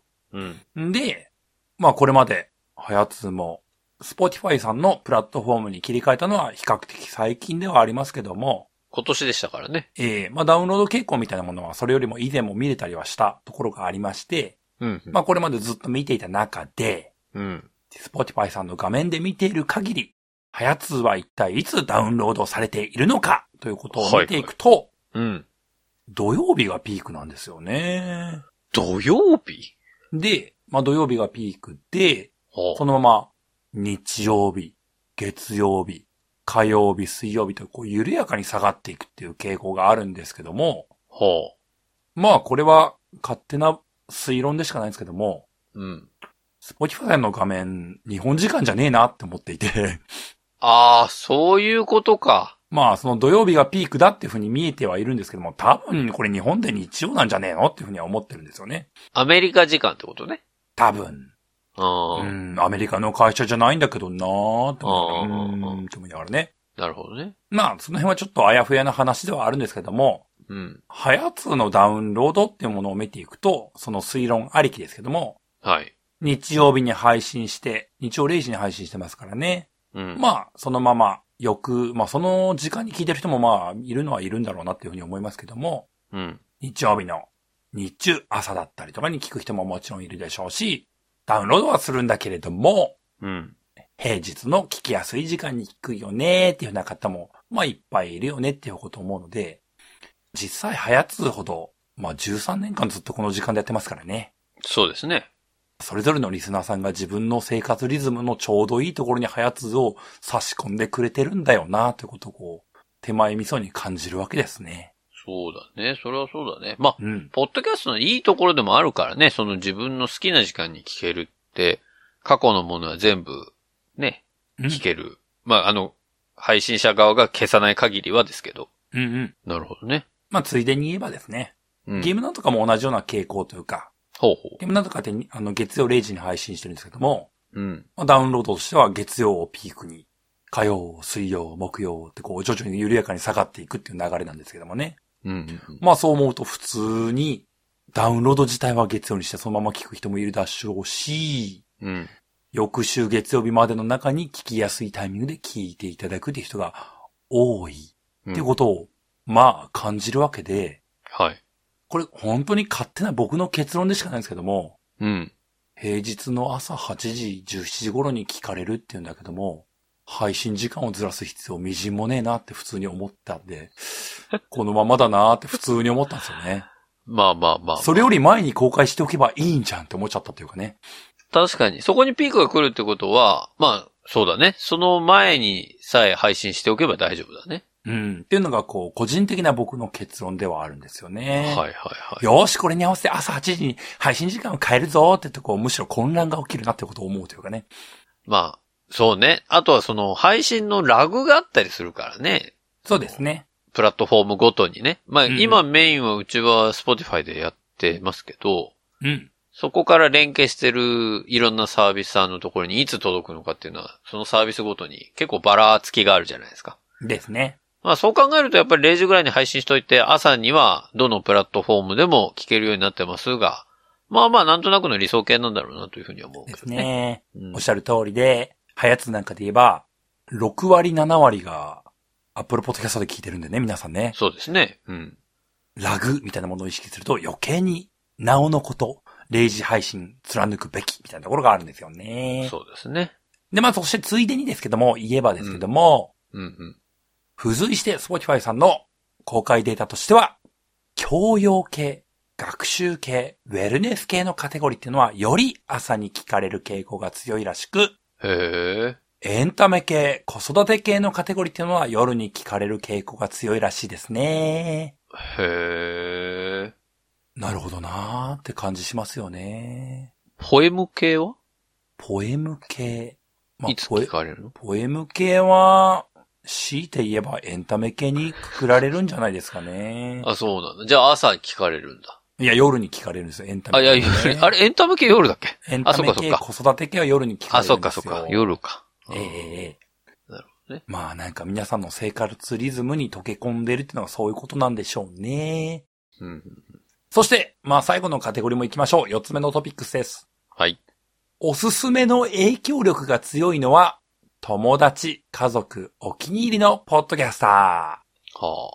[SPEAKER 1] うん。
[SPEAKER 2] で、まあこれまで、はやつも、Spotify さんのプラットフォームに切り替えたのは比較的最近ではありますけども、
[SPEAKER 1] 今年でしたからね。
[SPEAKER 2] ええまあダウンロード傾向みたいなものはそれよりも以前も見れたりはしたところがありまして、
[SPEAKER 1] うん。
[SPEAKER 2] まあこれまでずっと見ていた中で、
[SPEAKER 1] うん。
[SPEAKER 2] Spotify さんの画面で見ている限り、はやつは一体いつダウンロードされているのかということを見ていくと、
[SPEAKER 1] うん。
[SPEAKER 2] 土曜日がピークなんですよね。
[SPEAKER 1] 土曜日
[SPEAKER 2] で、まあ土曜日がピークで、
[SPEAKER 1] は
[SPEAKER 2] このまま日曜日、月曜日、火曜日、水曜日とこう緩やかに下がっていくっていう傾向があるんですけども、
[SPEAKER 1] あ。はあ。
[SPEAKER 2] まあこれは勝手な推論でしかないんですけども、
[SPEAKER 1] うん。
[SPEAKER 2] Spotify の画面、日本時間じゃねえなって思っていて、
[SPEAKER 1] ああ、そういうことか。
[SPEAKER 2] まあその土曜日がピークだっていうふうに見えてはいるんですけども、多分これ日本で日曜なんじゃねえのっていうふうには思ってるんですよね。
[SPEAKER 1] アメリカ時間ってことね。
[SPEAKER 2] 多分。
[SPEAKER 1] ああ、
[SPEAKER 2] うん、アメリカの会社じゃないんだけどなーって思
[SPEAKER 1] あ
[SPEAKER 2] いながら
[SPEAKER 1] ー
[SPEAKER 2] うーんって思いながらね。
[SPEAKER 1] なるほどね。
[SPEAKER 2] まあその辺はちょっとあやふやな話ではあるんですけども、
[SPEAKER 1] うん。
[SPEAKER 2] はやつのダウンロードっていうものを見ていくと、その推論ありきですけども、
[SPEAKER 1] はい。
[SPEAKER 2] 日曜日に配信して、日曜0時に配信してますからね。
[SPEAKER 1] うん。
[SPEAKER 2] まあ、そのまま、翌、まあ、その時間に聞いてる人もまあ、いるのはいるんだろうなっていうふうに思いますけども、
[SPEAKER 1] うん。
[SPEAKER 2] 日曜日の日中、朝だったりとかに聞く人ももちろんいるでしょうし、ダウンロードはするんだけれども、
[SPEAKER 1] うん。
[SPEAKER 2] 平日の聞きやすい時間に聞くよねーっていうような方も、まあいっぱいいるよねっていうこと思うので、実際はやつほど、まあ13年間ずっとこの時間でやってますからね。
[SPEAKER 1] そうですね。
[SPEAKER 2] それぞれのリスナーさんが自分の生活リズムのちょうどいいところにはやつを差し込んでくれてるんだよなということをこう、手前味噌に感じるわけですね。
[SPEAKER 1] そうだね。それはそうだね。まあ、
[SPEAKER 2] うん。
[SPEAKER 1] ポッドキャストのいいところでもあるからね、その自分の好きな時間に聞けるって、過去のものは全部、ね、
[SPEAKER 2] うん
[SPEAKER 1] 聞ける。まあ、あの、配信者側が消さない限りはですけど。
[SPEAKER 2] うんうん。
[SPEAKER 1] なるほどね。
[SPEAKER 2] まあついでに言えばですね、
[SPEAKER 1] うん。
[SPEAKER 2] ゲームなんとかも同じような傾向というか、
[SPEAKER 1] ほうほ
[SPEAKER 2] ゲームなんとかってあの月曜0時に配信してるんですけども、
[SPEAKER 1] う。うん。
[SPEAKER 2] まあダウンロードとしては月曜をピークに、火曜、水曜、木曜ってこう徐々に緩やかに下がっていくっていう流れなんですけどもね。
[SPEAKER 1] うんうんうん。
[SPEAKER 2] まあそう思うと普通にダウンロード自体は月曜にしてそのまま聞く人もいるだろうし、
[SPEAKER 1] うん。
[SPEAKER 2] 翌週月曜日までの中に聞きやすいタイミングで聞いていただくっていう人が多いっていうことを、まあ感じるわけで、
[SPEAKER 1] はい。
[SPEAKER 2] これ本当に勝手な僕の結論でしかないんですけども、
[SPEAKER 1] うん。
[SPEAKER 2] 平日の朝8時、17時頃に聞かれるっていうんだけども、配信時間をずらす必要みじんもねえなって普通に思ったんで、このままだなーって普通に思ったんですよね。
[SPEAKER 1] まあまあまあ。
[SPEAKER 2] それより前に公開しておけばいいんじゃんって思っちゃったというかね。
[SPEAKER 1] 確かに。そこにピークが来るってことは、まあ、そうだね。その前にさえ配信しておけば大丈夫だね。
[SPEAKER 2] うん。っていうのがこう、個人的な僕の結論ではあるんですよね。
[SPEAKER 1] はいはいはい。
[SPEAKER 2] よーし、これに合わせて朝8時に配信時間を変えるぞーってとこ、むしろ混乱が起きるなってことを思うというかね。
[SPEAKER 1] まあ、そうね。あとはその配信のラグがあったりするからね。
[SPEAKER 2] そうですね。
[SPEAKER 1] プラットフォームごとにね。まあ、
[SPEAKER 2] うん
[SPEAKER 1] 今メインはうちは Spotify でやってますけど、
[SPEAKER 2] うん。
[SPEAKER 1] そこから連携してるいろんなサービスさんのところにいつ届くのかっていうのは、そのサービスごとに結構ばらつきがあるじゃないですか。
[SPEAKER 2] ですね。
[SPEAKER 1] まあそう考えるとやっぱり0時ぐらいに配信しといて、朝にはどのプラットフォームでも聞けるようになってますが、まあまあなんとなくの理想形なんだろうなというふうに思うけ
[SPEAKER 2] で
[SPEAKER 1] ど
[SPEAKER 2] す
[SPEAKER 1] ね。
[SPEAKER 2] ね。
[SPEAKER 1] うん
[SPEAKER 2] おっしゃる通りで、はやつなんかで言えば、6割、7割が、アップルポッドキャストで聞いてるんでね、皆さんね。
[SPEAKER 1] そうですね。うん。
[SPEAKER 2] ラグみたいなものを意識すると余計に、なおのこと、0時配信貫くべきみたいなところがあるんですよね。
[SPEAKER 1] そうですね。
[SPEAKER 2] で、まあ、そしてついでにですけども、言えばですけども、
[SPEAKER 1] うんうん。
[SPEAKER 2] 付随して Spotify さんの公開データとしては、教養系、学習系、ウェルネス系のカテゴリーっていうのは、より朝に聞かれる傾向が強いらしく、
[SPEAKER 1] へえ。
[SPEAKER 2] エンタメ系、子育て系のカテゴリーっていうのは夜に聞かれる傾向が強いらしいですね。
[SPEAKER 1] へえ。
[SPEAKER 2] なるほどなーって感じしますよね。
[SPEAKER 1] ポエム系は、
[SPEAKER 2] ポエム系。まあ
[SPEAKER 1] いつ
[SPEAKER 2] ポ
[SPEAKER 1] 聞
[SPEAKER 2] エ
[SPEAKER 1] かれるの
[SPEAKER 2] ポエム系は、強いて言えばエンタメ系にくくられるんじゃないですかね。
[SPEAKER 1] あ、そうなんだ。じゃあ朝聞かれるんだ。
[SPEAKER 2] いや、夜に聞かれるんですよ、エンタメ
[SPEAKER 1] あ、い
[SPEAKER 2] 系、
[SPEAKER 1] や、夜あれ、エンタメ系夜だっけ
[SPEAKER 2] エンタメ
[SPEAKER 1] あそっかそ
[SPEAKER 2] 系、
[SPEAKER 1] っか
[SPEAKER 2] 子育て系は夜に聞か
[SPEAKER 1] あ、
[SPEAKER 2] れる
[SPEAKER 1] そ
[SPEAKER 2] ん
[SPEAKER 1] っ
[SPEAKER 2] で
[SPEAKER 1] か
[SPEAKER 2] す
[SPEAKER 1] そ
[SPEAKER 2] よ。
[SPEAKER 1] っか。夜か。
[SPEAKER 2] ええええ
[SPEAKER 1] なるほどね。
[SPEAKER 2] まあなんか皆さんの生活リズムに溶け込んでるっていうのはそういうことなんでしょうね。
[SPEAKER 1] うん。
[SPEAKER 2] そして、まあ最後のカテゴリーも行きましょう。四つ目のトピックスです。
[SPEAKER 1] はい。
[SPEAKER 2] おすすめの影響力が強いのは、友達、家族、お気に入りのポッドキャスター。
[SPEAKER 1] は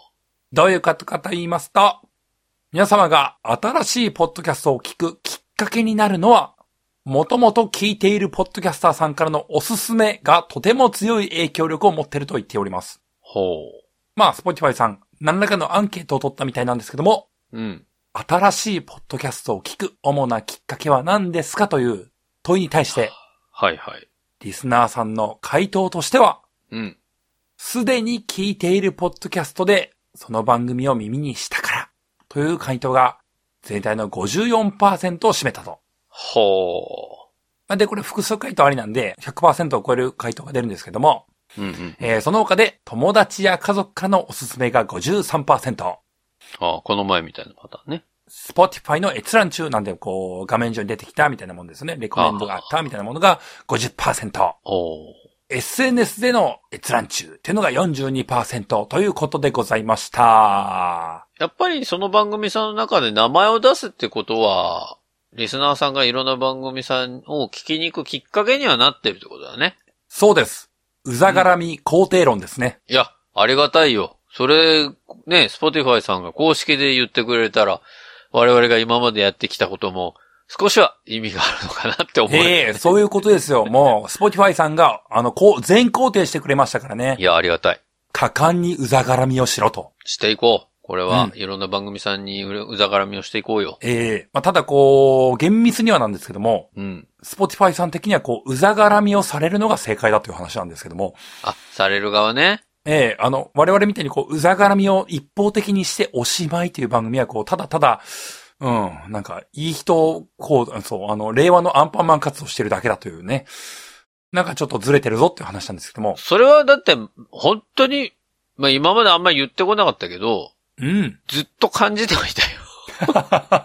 [SPEAKER 2] どういうことかと言いますと、皆様が新しいポッドキャストを聞くきっかけになるのは、もともと聞いているポッドキャスターさんからのおすすめがとても強い影響力を持っていると言っております。
[SPEAKER 1] あ。ほ
[SPEAKER 2] まあ、Spotify さん、何らかのアンケートを取ったみたいなんですけども、
[SPEAKER 1] う。うん。
[SPEAKER 2] 新しいポッドキャストを聞く主なきっかけは何ですかという問いに対して、
[SPEAKER 1] はいはい。
[SPEAKER 2] リスナーさんの回答としては、
[SPEAKER 1] うん。
[SPEAKER 2] すでに聞いているポッドキャストで、その番組を耳にしたから、という回答が、全体の54%を占めたと。
[SPEAKER 1] ほ
[SPEAKER 2] まあで、これ複数回答ありなんで、100%を超える回答が出るんですけども、
[SPEAKER 1] う。うんうん。
[SPEAKER 2] えーその他で、友達や家族からのおすすめが53%。
[SPEAKER 1] ああ、この前みたいなパターンね。
[SPEAKER 2] Spotify の閲覧中なんで、こう、画面上に出てきたみたいなもんですよね。レコメンドがあったみたいなものが50%。
[SPEAKER 1] ほう。
[SPEAKER 2] SNS での閲覧中っていうのが42%ということでございました。
[SPEAKER 1] やっぱりその番組さんの中で名前を出すってことは、リスナーさんがいろんな番組さんを聞きに行くきっかけにはなってるってことだね。
[SPEAKER 2] そうです。うざがらみ肯定論ですね。
[SPEAKER 1] いや、ありがたいよ。それ、ね、スポティファイさんが公式で言ってくれたら、我々が今までやってきたことも、少しは意味があるのかなって思う。
[SPEAKER 2] ええそういうことですよ。もう、Spotify さんが、あの、こう、全肯定してくれましたから
[SPEAKER 1] い
[SPEAKER 2] ね。
[SPEAKER 1] や、ありがたい。
[SPEAKER 2] 果敢にうざがらみをしろと。
[SPEAKER 1] していこう。これは、
[SPEAKER 2] うん
[SPEAKER 1] いろんな番組さんにううざがらみをしていこうよ。
[SPEAKER 2] ええまあ、ただこう、厳密にはなんですけども、
[SPEAKER 1] うん。
[SPEAKER 2] Spotify さん的にはこう、うざがらみをされるのが正解だという話なんですけども、
[SPEAKER 1] あ、される側ね。
[SPEAKER 2] ええあの、我々みたいにこう、うざがらみを一方的にしておしまいという番組はこう、ただただ、うん、なんか、いい人を、こう、そう、あの、令和のアンパンマン活動してるだけだというね、なんかちょっとずれてるぞっていう話なんですけども、
[SPEAKER 1] それはだって、本当に、まあ今まであんまり言ってこなかったけど、
[SPEAKER 2] うん。
[SPEAKER 1] ずっと感じてはいたよ。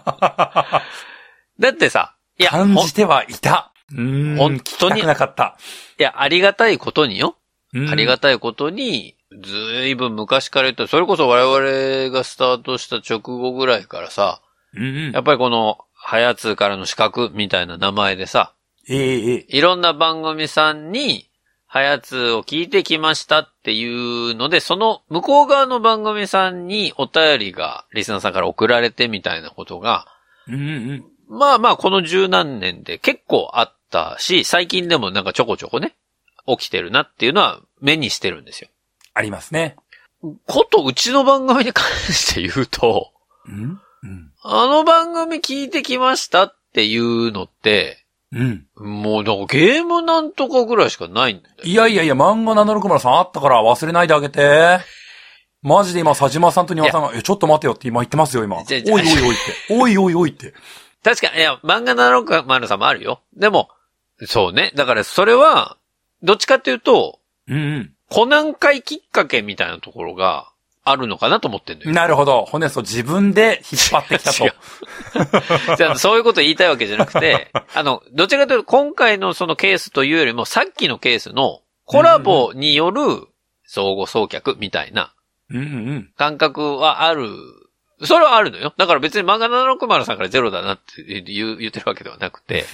[SPEAKER 1] だってさ、いや、
[SPEAKER 2] 感
[SPEAKER 1] ほんい
[SPEAKER 2] じてはいた。うーん。
[SPEAKER 1] 本当に
[SPEAKER 2] 聞きたくなかった。
[SPEAKER 1] や、ありがたいことによ。
[SPEAKER 2] うん
[SPEAKER 1] ありがたいことに、ずいぶん昔から言った、それこそ我々がスタートした直後ぐらいからさ、
[SPEAKER 2] うんうん
[SPEAKER 1] やっぱりこの、ハヤツーからの資格みたいな名前でさ、
[SPEAKER 2] ええええ
[SPEAKER 1] いろんな番組さんに、ハヤツーを聞いてきましたっていうので、その向こう側の番組さんにお便りがリスナーさんから送られてみたいなことが、
[SPEAKER 2] うんうん。
[SPEAKER 1] まあまあ、この十何年で結構あったし、最近でもなんかちょこちょこね、起きてるなっていうのは目にしてるんですよ。
[SPEAKER 2] ありますね。
[SPEAKER 1] こと、うちの番組に関して言うと、
[SPEAKER 2] うんうん。
[SPEAKER 1] あの番組聞いてきましたっていうのって、
[SPEAKER 2] うん。
[SPEAKER 1] もうなんかゲームなんとかぐらいしかないんだよ。
[SPEAKER 2] いやいやいや、漫画760さんあったから忘れないであげて。マジで今、佐島さんと庭さんが、え、ちょっと待てよって今言ってますよ、今。おい
[SPEAKER 1] じゃじゃ
[SPEAKER 2] おいおいって。おいおいおいって。
[SPEAKER 1] 確か、いや、漫画760さんもあるよ。でも、そうね。だからそれは、どっちかっていうと、
[SPEAKER 2] うん
[SPEAKER 1] コナン会きっかけみたいなところがあるのかなと思ってんの
[SPEAKER 2] う
[SPEAKER 1] よ
[SPEAKER 2] ん。。なるほど。ホネスト自分で引っ張ってきたと
[SPEAKER 1] 違。うじゃあそういうこと言いたいわけじゃなく て、あの、どちらかというと今回のそのケースというよりも、さっきのケースのコラボによる相互送客みたいな
[SPEAKER 2] うんうん。
[SPEAKER 1] 感覚はある。それはあるのよ。だから別に漫画760さんからゼロだなって言う言ってるわけではなく て。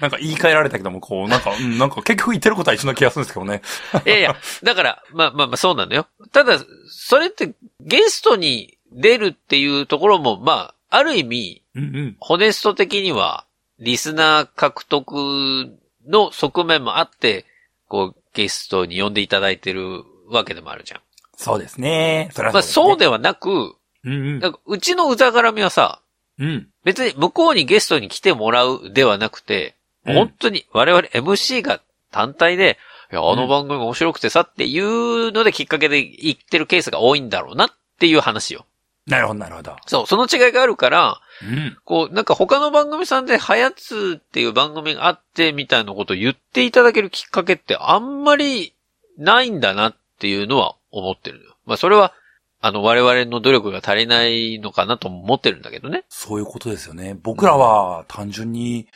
[SPEAKER 2] なん か言い換えられたけども、こう、なんか、うん、なんか結局言ってることは一緒な気がするんですけどね。
[SPEAKER 1] いやいや、だから、まあまあまあそうなのよ。ただ、それってゲストに出るっていうところも、まあ、ある意味、
[SPEAKER 2] うんうん。
[SPEAKER 1] ホネスト的には、リスナー獲得の側面もあって、こう、ゲストに呼んでいただいてるわけでもあるじゃん。
[SPEAKER 2] そうですね。そりゃ
[SPEAKER 1] まあ、そうで
[SPEAKER 2] で
[SPEAKER 1] はなく、
[SPEAKER 2] すね。うん
[SPEAKER 1] なんかうちのうざがらみはさ、
[SPEAKER 2] うん。うん。
[SPEAKER 1] 別に向こうにゲストに来てもらうではなくて、
[SPEAKER 2] うん
[SPEAKER 1] 本当に我々 MC が単体で、いや、あの番組面白くてさっていうのできっかけで言ってるケースが多いんだろうなっていう話よ。
[SPEAKER 2] なるほど、なるほど。
[SPEAKER 1] そう、その違いがあるから、
[SPEAKER 2] うん。
[SPEAKER 1] こう、なんか他の番組さんで、はやつっていう番組があって、みたいなことを言っていただけるきっかけってあんまりないんだなっていうのは思ってるのよ。まあそれは、あの、我々の努力が足りないのかなとも思ってるんだけどね。
[SPEAKER 2] そういうことですよね。僕らは単純に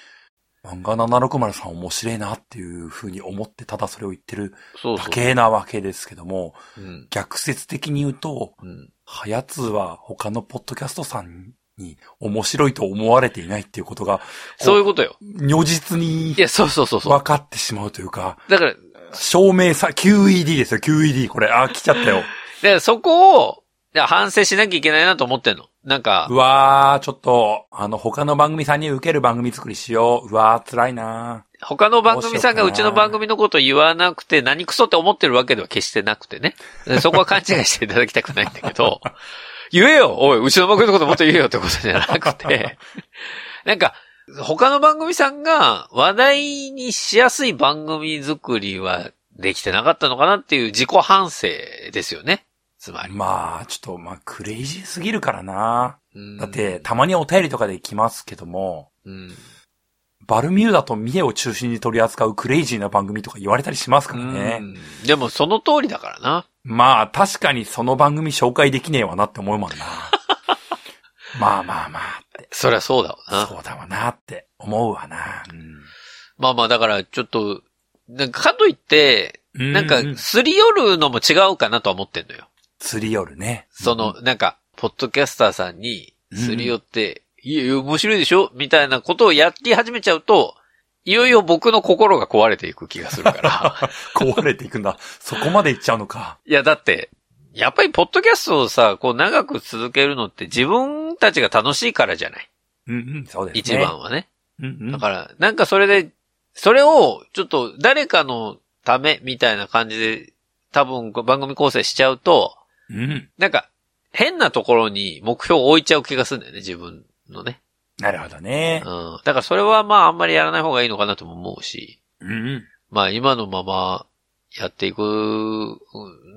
[SPEAKER 2] 漫画760さん面白いなっていうふうに思ってただそれを言ってる
[SPEAKER 1] そう
[SPEAKER 2] だ
[SPEAKER 1] そう。
[SPEAKER 2] けなわけですけども、
[SPEAKER 1] うん。
[SPEAKER 2] 逆説的に言うと、
[SPEAKER 1] うん。
[SPEAKER 2] はやつは他のポッドキャストさんに面白いと思われていないっていうことが、
[SPEAKER 1] そういうことよ。
[SPEAKER 2] 如実に
[SPEAKER 1] いや、そうそうそうそう。
[SPEAKER 2] 分かってしまうというか、
[SPEAKER 1] だから、だか
[SPEAKER 2] 証明さ、QED ですよ、QED。これ、あ、来ちゃった よ。
[SPEAKER 1] らそこを、いや反省しなきゃいけないなと思ってんの。なんか
[SPEAKER 2] う、わー、ちょっと、あの、他の番組さんに受ける番組作りしよう。うわー、辛いな
[SPEAKER 1] 他の番組さんが
[SPEAKER 2] ど
[SPEAKER 1] う
[SPEAKER 2] うし
[SPEAKER 1] ち
[SPEAKER 2] ようか
[SPEAKER 1] の
[SPEAKER 2] な
[SPEAKER 1] 番組のこと言わなくて何クソって思ってるわけでは決してなくてね。そこは勘違いしていただきたくないんだけ ど、言えよおい、うちの番組のこともっと言えよってことじゃなく て、なんか、他の番組さんが話題にしやすい番組作りはできてなかったのかなっていう自己反省ですよね。つまり。
[SPEAKER 2] まあ、ちょっと、まあ、クレイジーすぎるからな
[SPEAKER 1] うん
[SPEAKER 2] だって、、たまにお便りとかで来ますけども、
[SPEAKER 1] うん。
[SPEAKER 2] バルミューダとミネを中心に取り扱うクレイジーな番組とか言われたりしますからね。
[SPEAKER 1] うんでもその通りだからな。
[SPEAKER 2] まあ、確かにその番組紹介できねえわなって思う もんな。まあまあま
[SPEAKER 1] そりゃそうだわな
[SPEAKER 2] あ、。そうだわなって思うわな。う
[SPEAKER 1] まあまあ、だから、ちょっと、なんか、かといって、
[SPEAKER 2] ん
[SPEAKER 1] なんか
[SPEAKER 2] う、う
[SPEAKER 1] すり寄るのも違うかなとは思ってんのよ。
[SPEAKER 2] 釣り寄るね。
[SPEAKER 1] その、なんか、ポッドキャスターさんに、すり寄って、いやいや、面白いでしょみたいなことをやり始めちゃうと、いよいよ僕の心が壊れていく気がするか ら。
[SPEAKER 2] 壊れていくんだ。そこまでいっちゃうのか。
[SPEAKER 1] いや、だって、やっぱりポッドキャストをさ、こう長く続けるのって自分たちが楽しいからじゃない
[SPEAKER 2] うんうん、そうです
[SPEAKER 1] 一
[SPEAKER 2] ね。
[SPEAKER 1] 番はね。
[SPEAKER 2] うんうん。
[SPEAKER 1] だから、なんかそれで、それを、ちょっと誰かのためみたいな感じで、多分番組構成しちゃうと、
[SPEAKER 2] うん。
[SPEAKER 1] なんか、変なところに目標を置いちゃう気がするんだよね、自分のね。
[SPEAKER 2] なるほど
[SPEAKER 1] う
[SPEAKER 2] ね
[SPEAKER 1] ん。。だからそれはまああんまりやらない方がいいのかなとも思うし、
[SPEAKER 2] うんうん。
[SPEAKER 1] まあ今のままやっていく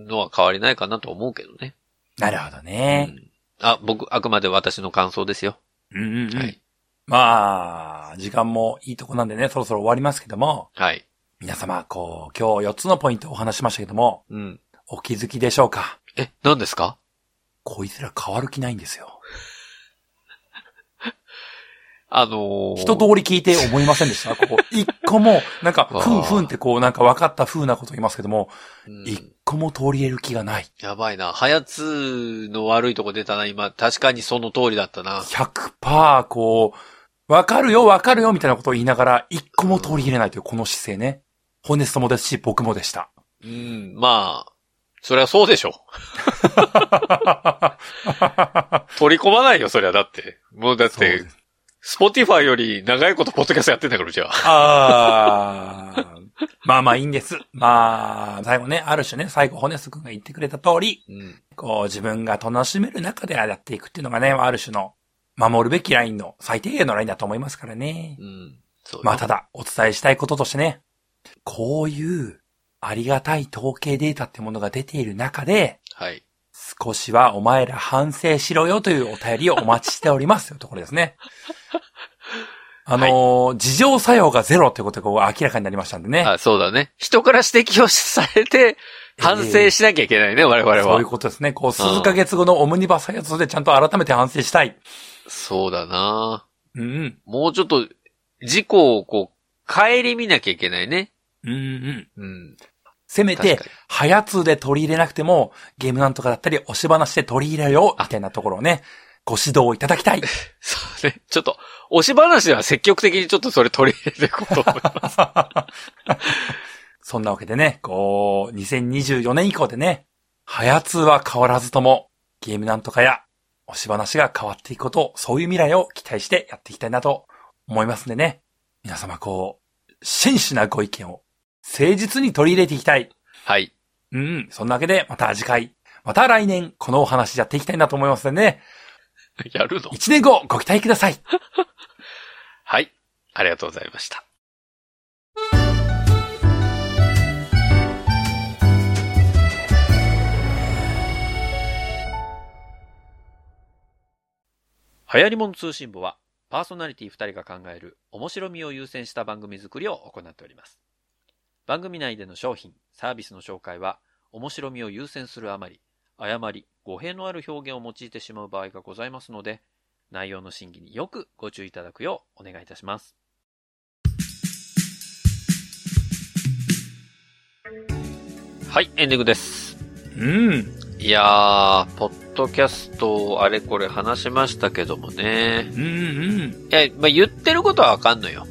[SPEAKER 1] のは変わりないかなと思うけどね。
[SPEAKER 2] なるほど
[SPEAKER 1] う
[SPEAKER 2] ね。
[SPEAKER 1] ん、あ、僕、あくまで私の感想ですよ。
[SPEAKER 2] うんうんうん。
[SPEAKER 1] はい。
[SPEAKER 2] まあ、時間もいいとこなんでね、そろそろ終わりますけども、
[SPEAKER 1] はい。
[SPEAKER 2] 皆様、こう、今日4つのポイントをお話ししましたけども、
[SPEAKER 1] うん。
[SPEAKER 2] お気づきでしょうか
[SPEAKER 1] え、何ですか
[SPEAKER 2] こいつら変わる気ないんですよ。
[SPEAKER 1] あのー、
[SPEAKER 2] 一通り聞いて思いませんでしたこ こ、一個も、なんか、
[SPEAKER 1] わあ
[SPEAKER 2] ふんふんってこう、なんか分かった風なこと言いますけども、
[SPEAKER 1] うん
[SPEAKER 2] 一個も通り得る気がない。
[SPEAKER 1] やばいな。はやつの悪いとこ出たな、今。確かにその通りだったな。
[SPEAKER 2] 100%こう、わかるよ、わかるよ、みたいなことを言いながら、一個も通り入れないというこの姿勢ね。ホネストもですし、僕もでした。
[SPEAKER 1] うん、まあ、そりゃそうで しょ。取り込まないよ、そりゃ。だって。もうだっ
[SPEAKER 2] そう
[SPEAKER 1] て
[SPEAKER 2] で、す
[SPEAKER 1] スポティファイより長いことポッドキャストやってんだから、じゃあ。
[SPEAKER 2] あーまあまあいいんです。まあ、最後ね、ある種ね、最後ホネスト君が言ってくれた通り、
[SPEAKER 1] うん。
[SPEAKER 2] こう自分が楽しめる中でやっていくっていうのがね、ある種の守るべきラインの最低限のラインだと思いますからね。
[SPEAKER 1] うん。そうよ
[SPEAKER 2] まあただ、お伝えしたいこととしてね、こういうありがたい統計データってものが出ている中で、
[SPEAKER 1] はい。
[SPEAKER 2] 少しはお前ら反省しろよというお便りをお待ちしておりますというところです ね。あのー事情作用がゼロということがこう明らかになりましたんでね。
[SPEAKER 1] あ、そうだね。人から指摘をされて、反省しなきゃいけないね、我々は。
[SPEAKER 2] そういうことですね。こう、数ヶ月後のオムニバスやつでちゃんと改めて反省したい。
[SPEAKER 1] そうだな。
[SPEAKER 2] うんうん。
[SPEAKER 1] もうちょっと、事故をこう、帰り見なきゃいけないね。
[SPEAKER 2] うんうん。
[SPEAKER 1] うん。
[SPEAKER 2] せめて
[SPEAKER 1] 確かに、
[SPEAKER 2] はやつで取り入れなくても、ゲームなんとかだったり、押し話で取り入れよう、みたいなところをね、ご指導いただきたい。
[SPEAKER 1] そうね。ちょっと、押し話では積極的にちょっとそれ取り入れていこうと思います。
[SPEAKER 2] そんなわけでね、こう、2024年以降でね、はやつは変わらずとも、ゲームなんとかや、押し話が変わっていくことを、そういう未来を期待してやっていきたいなと思いますんでね。皆様こう、真摯なご意見を、誠実に取り入れていきたい。
[SPEAKER 1] はい。
[SPEAKER 2] うん、そんなわけで、また次回、また来年、このお話やっていきたいなと思いますのでね、
[SPEAKER 1] やるの
[SPEAKER 2] 1年後、ご期待ください。
[SPEAKER 1] はい。ありがとうございました。流行り物通信簿は、パーソナリティ2人が考える面白みを優先した番組作りを行っております。番組内での商品、サービスの紹介は、面白みを優先するあまり、誤り、語弊のある表現を用いてしまう場合がございますので、内容の審議によくご注意いただくようお願いいたします。はい、エンディングです。
[SPEAKER 2] うん、
[SPEAKER 1] いやー、ポッドキャスト、あれこれ話しましたけどもね。
[SPEAKER 2] うん、うん。
[SPEAKER 1] いや、まあ、言ってることはわかんのよ。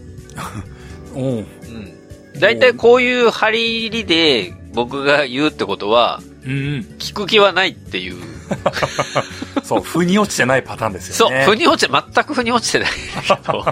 [SPEAKER 2] おう
[SPEAKER 1] うん。だいたいこういう張り入りで僕が言うってことは、
[SPEAKER 2] うん、うん。
[SPEAKER 1] 聞く気はないっていう。
[SPEAKER 2] そう、腑に落ちてないパターンです
[SPEAKER 1] そ
[SPEAKER 2] よ
[SPEAKER 1] う、
[SPEAKER 2] ね。
[SPEAKER 1] 腑に落ちて、全く腑に落ちてないけど。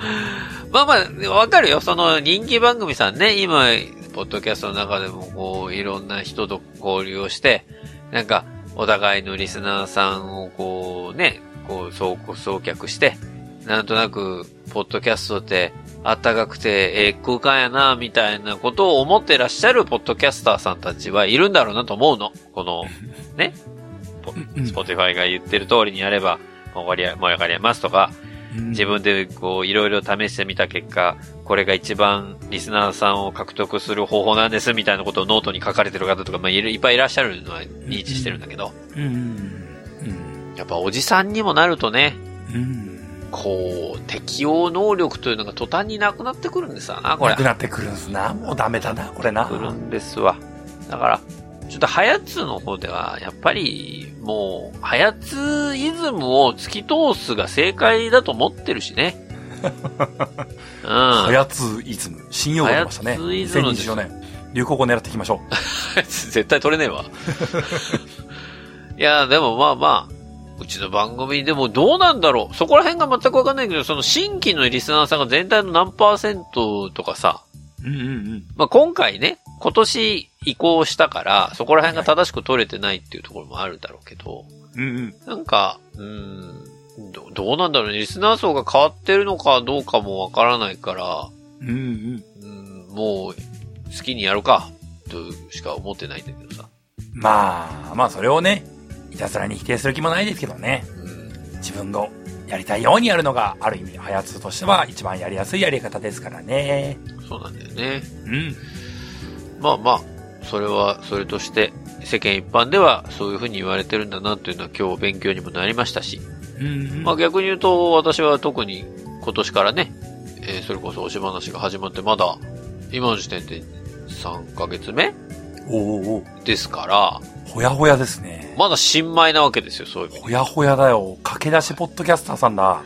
[SPEAKER 1] まあまあ、わかるよ。その人気番組さんね、今、ポッドキャストの中でも、こう、いろんな人と交流をして、なんか、お互いのリスナーさんをこうね、こう、そう、送客して、なんとなく、ポッドキャストって、あったかくて、ええ空間やな、みたいなことを思ってらっしゃるポッドキャスターさんたちはいるんだろうなと思うの。この、ね、ポ
[SPEAKER 2] うん
[SPEAKER 1] スポティファイが言ってる通りにやれば、もう盛り上がりますとか、
[SPEAKER 2] うん
[SPEAKER 1] 自分でこういろいろ試してみた結果、これが一番リスナーさんを獲得する方法なんですみたいなことをノートに書かれてる方とか、まあ、いるいっぱいいらっしゃるのは認知してるんだけど、
[SPEAKER 2] うん、
[SPEAKER 1] やっぱおじさんにもなるとね、
[SPEAKER 2] うん、うん。
[SPEAKER 1] こう、適応能力というのが途端になくなってくるんですわな、これ
[SPEAKER 2] なく。なってくるんすな。もうダメだな、これな。
[SPEAKER 1] くるんですわ。だから、ちょっとハヤツの方では、やっぱり、もう、ハヤツイズムを突き通すが正解だと思ってるし ね。うん。
[SPEAKER 2] はやつイズム。新用語出ましたね。
[SPEAKER 1] はやつイズムです
[SPEAKER 2] 2024年。流行語狙っていきましょ
[SPEAKER 1] 絶対取れねえわ。 いや、でもまあまあ、うちの番組でもどうなんだろう。そこら辺が全くわかんないけど、その新規のリスナーさんが全体の何パーセントとかさ、
[SPEAKER 2] う。うんうん
[SPEAKER 1] まあ今回ね、今年移行したから、そこら辺が正しく取れてないっていうところもあるだろうけど、
[SPEAKER 2] うん。うんうん。
[SPEAKER 1] なんか、うーん、どどうなんだろうね。リスナー層が変わってるのかどうかもわからないから、
[SPEAKER 2] うんうん。
[SPEAKER 1] うーん、もう、好きにやるか、としか思ってないんだけどさ。
[SPEAKER 2] まあ、まあそれをね、いたずらに否定する気もないですけどね。
[SPEAKER 1] うん
[SPEAKER 2] 自分のやりたいようにやるのが、ある意味、はやつとしては一番やりやすいやり方ですからね。
[SPEAKER 1] そうなんだよね。
[SPEAKER 2] うん。
[SPEAKER 1] まあまあ、それはそれとして、世間一般ではそういうふうに言われてるんだなというのは今日勉強にもなりましたし、
[SPEAKER 2] うん、うん。
[SPEAKER 1] まあ逆に言うと私は特に今年からね、えーそれこそおし話が始まってまだ、今の時点で3ヶ月目
[SPEAKER 2] おうおうおう
[SPEAKER 1] ですから、
[SPEAKER 2] ほやほやですね。
[SPEAKER 1] まだ新米なわけですよ、そういう意味で。
[SPEAKER 2] ほやほやだよ。駆け出しポッドキャスターさんだ。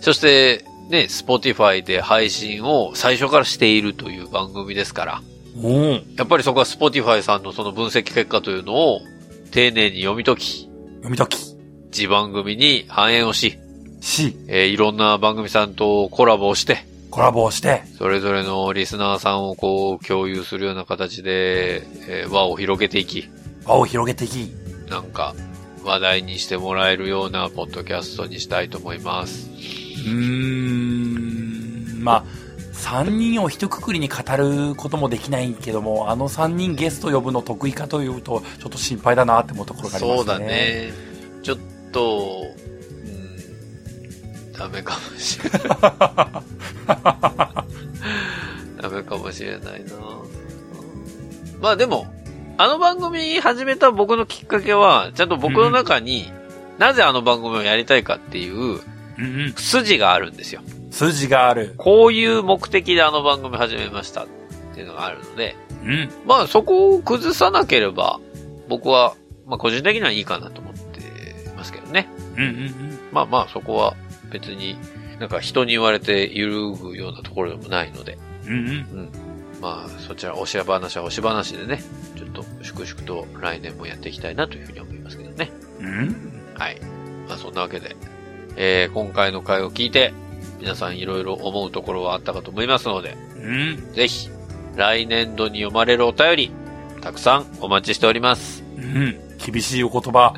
[SPEAKER 1] そして、ね、Spotify で配信を最初からしているという番組ですから、
[SPEAKER 2] おお。
[SPEAKER 1] やっぱりそこは Spotify さんのその分析結果というのを丁寧に読み解き、
[SPEAKER 2] 読み解き。
[SPEAKER 1] 自番組に反映をし、
[SPEAKER 2] し、
[SPEAKER 1] えーいろんな番組さんとコラボをして、
[SPEAKER 2] コラボをして。
[SPEAKER 1] それぞれのリスナーさんをこう共有するような形で、えー輪を広げていき、
[SPEAKER 2] 輪を広げていき、
[SPEAKER 1] なんか話題にしてもらえるようなポッドキャストにしたいと思います。
[SPEAKER 2] うーん、まあ、三人を一括りに語ることもできないけども、あの三人ゲスト呼ぶの得意かというと、ちょっと心配だなって思うところがありますね。
[SPEAKER 1] そうだ。ね。ちょっと、うん、ダメかもし れない。ダメかもしれないなまあでも、あの番組始めた僕のきっかけは、ちゃんと僕の中に、なぜあの番組をやりたいかっていう
[SPEAKER 2] うんうん。
[SPEAKER 1] 筋があるんですよ。
[SPEAKER 2] 数字がある。
[SPEAKER 1] こういう目的であの番組始めましたっていうのがあるので、
[SPEAKER 2] うん。
[SPEAKER 1] まあそこを崩さなければ、僕は、まあ個人的にはいいかなと思ってますけどね。
[SPEAKER 2] うんうん
[SPEAKER 1] まあまあそこは別になんか人に言われて揺るぐようなところでもないので、
[SPEAKER 2] うん。うんうん。
[SPEAKER 1] まあそちらおしゃ話はおしゃ話でね、ちょっと粛々と来年もやっていきたいなというふうに思いますけどね。
[SPEAKER 2] うん。
[SPEAKER 1] はい。まあそんなわけで、えー、今回の回を聞いて、皆さんいろいろ思うところはあったかと思いますので、
[SPEAKER 2] うん。
[SPEAKER 1] ぜひ、来年度に読まれるお便り、たくさんお待ちしております。
[SPEAKER 2] うん。厳しいお言葉、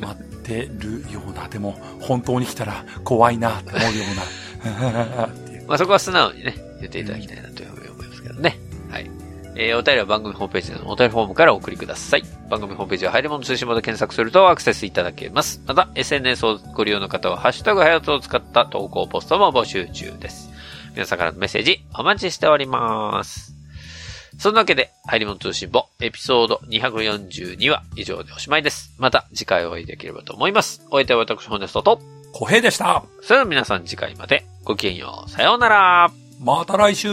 [SPEAKER 2] 待ってるような、でも、本当に来たら怖いな、と思うよ うな。っていう
[SPEAKER 1] まあ、そこは素直にね、言っていただきたいなというふうに思いますけどね。はい。えー、お便りは番組ホームページのお便りフォームからお送りください。番組ホームページは入り物通信簿で検索するとアクセスいただけます。また、SNS をご利用の方は、ハッシュタグはやとを使った投稿ポストも募集中です。皆さんからのメッセージお待ちしております。そんなわけで、入り物通信簿エピソード242は以上でおしまいです。また次回お会いできればと思います。お相手は私、本ストと、
[SPEAKER 2] 小平でした。
[SPEAKER 1] それでは皆さん次回までごきげんよう。さようなら。
[SPEAKER 2] また来週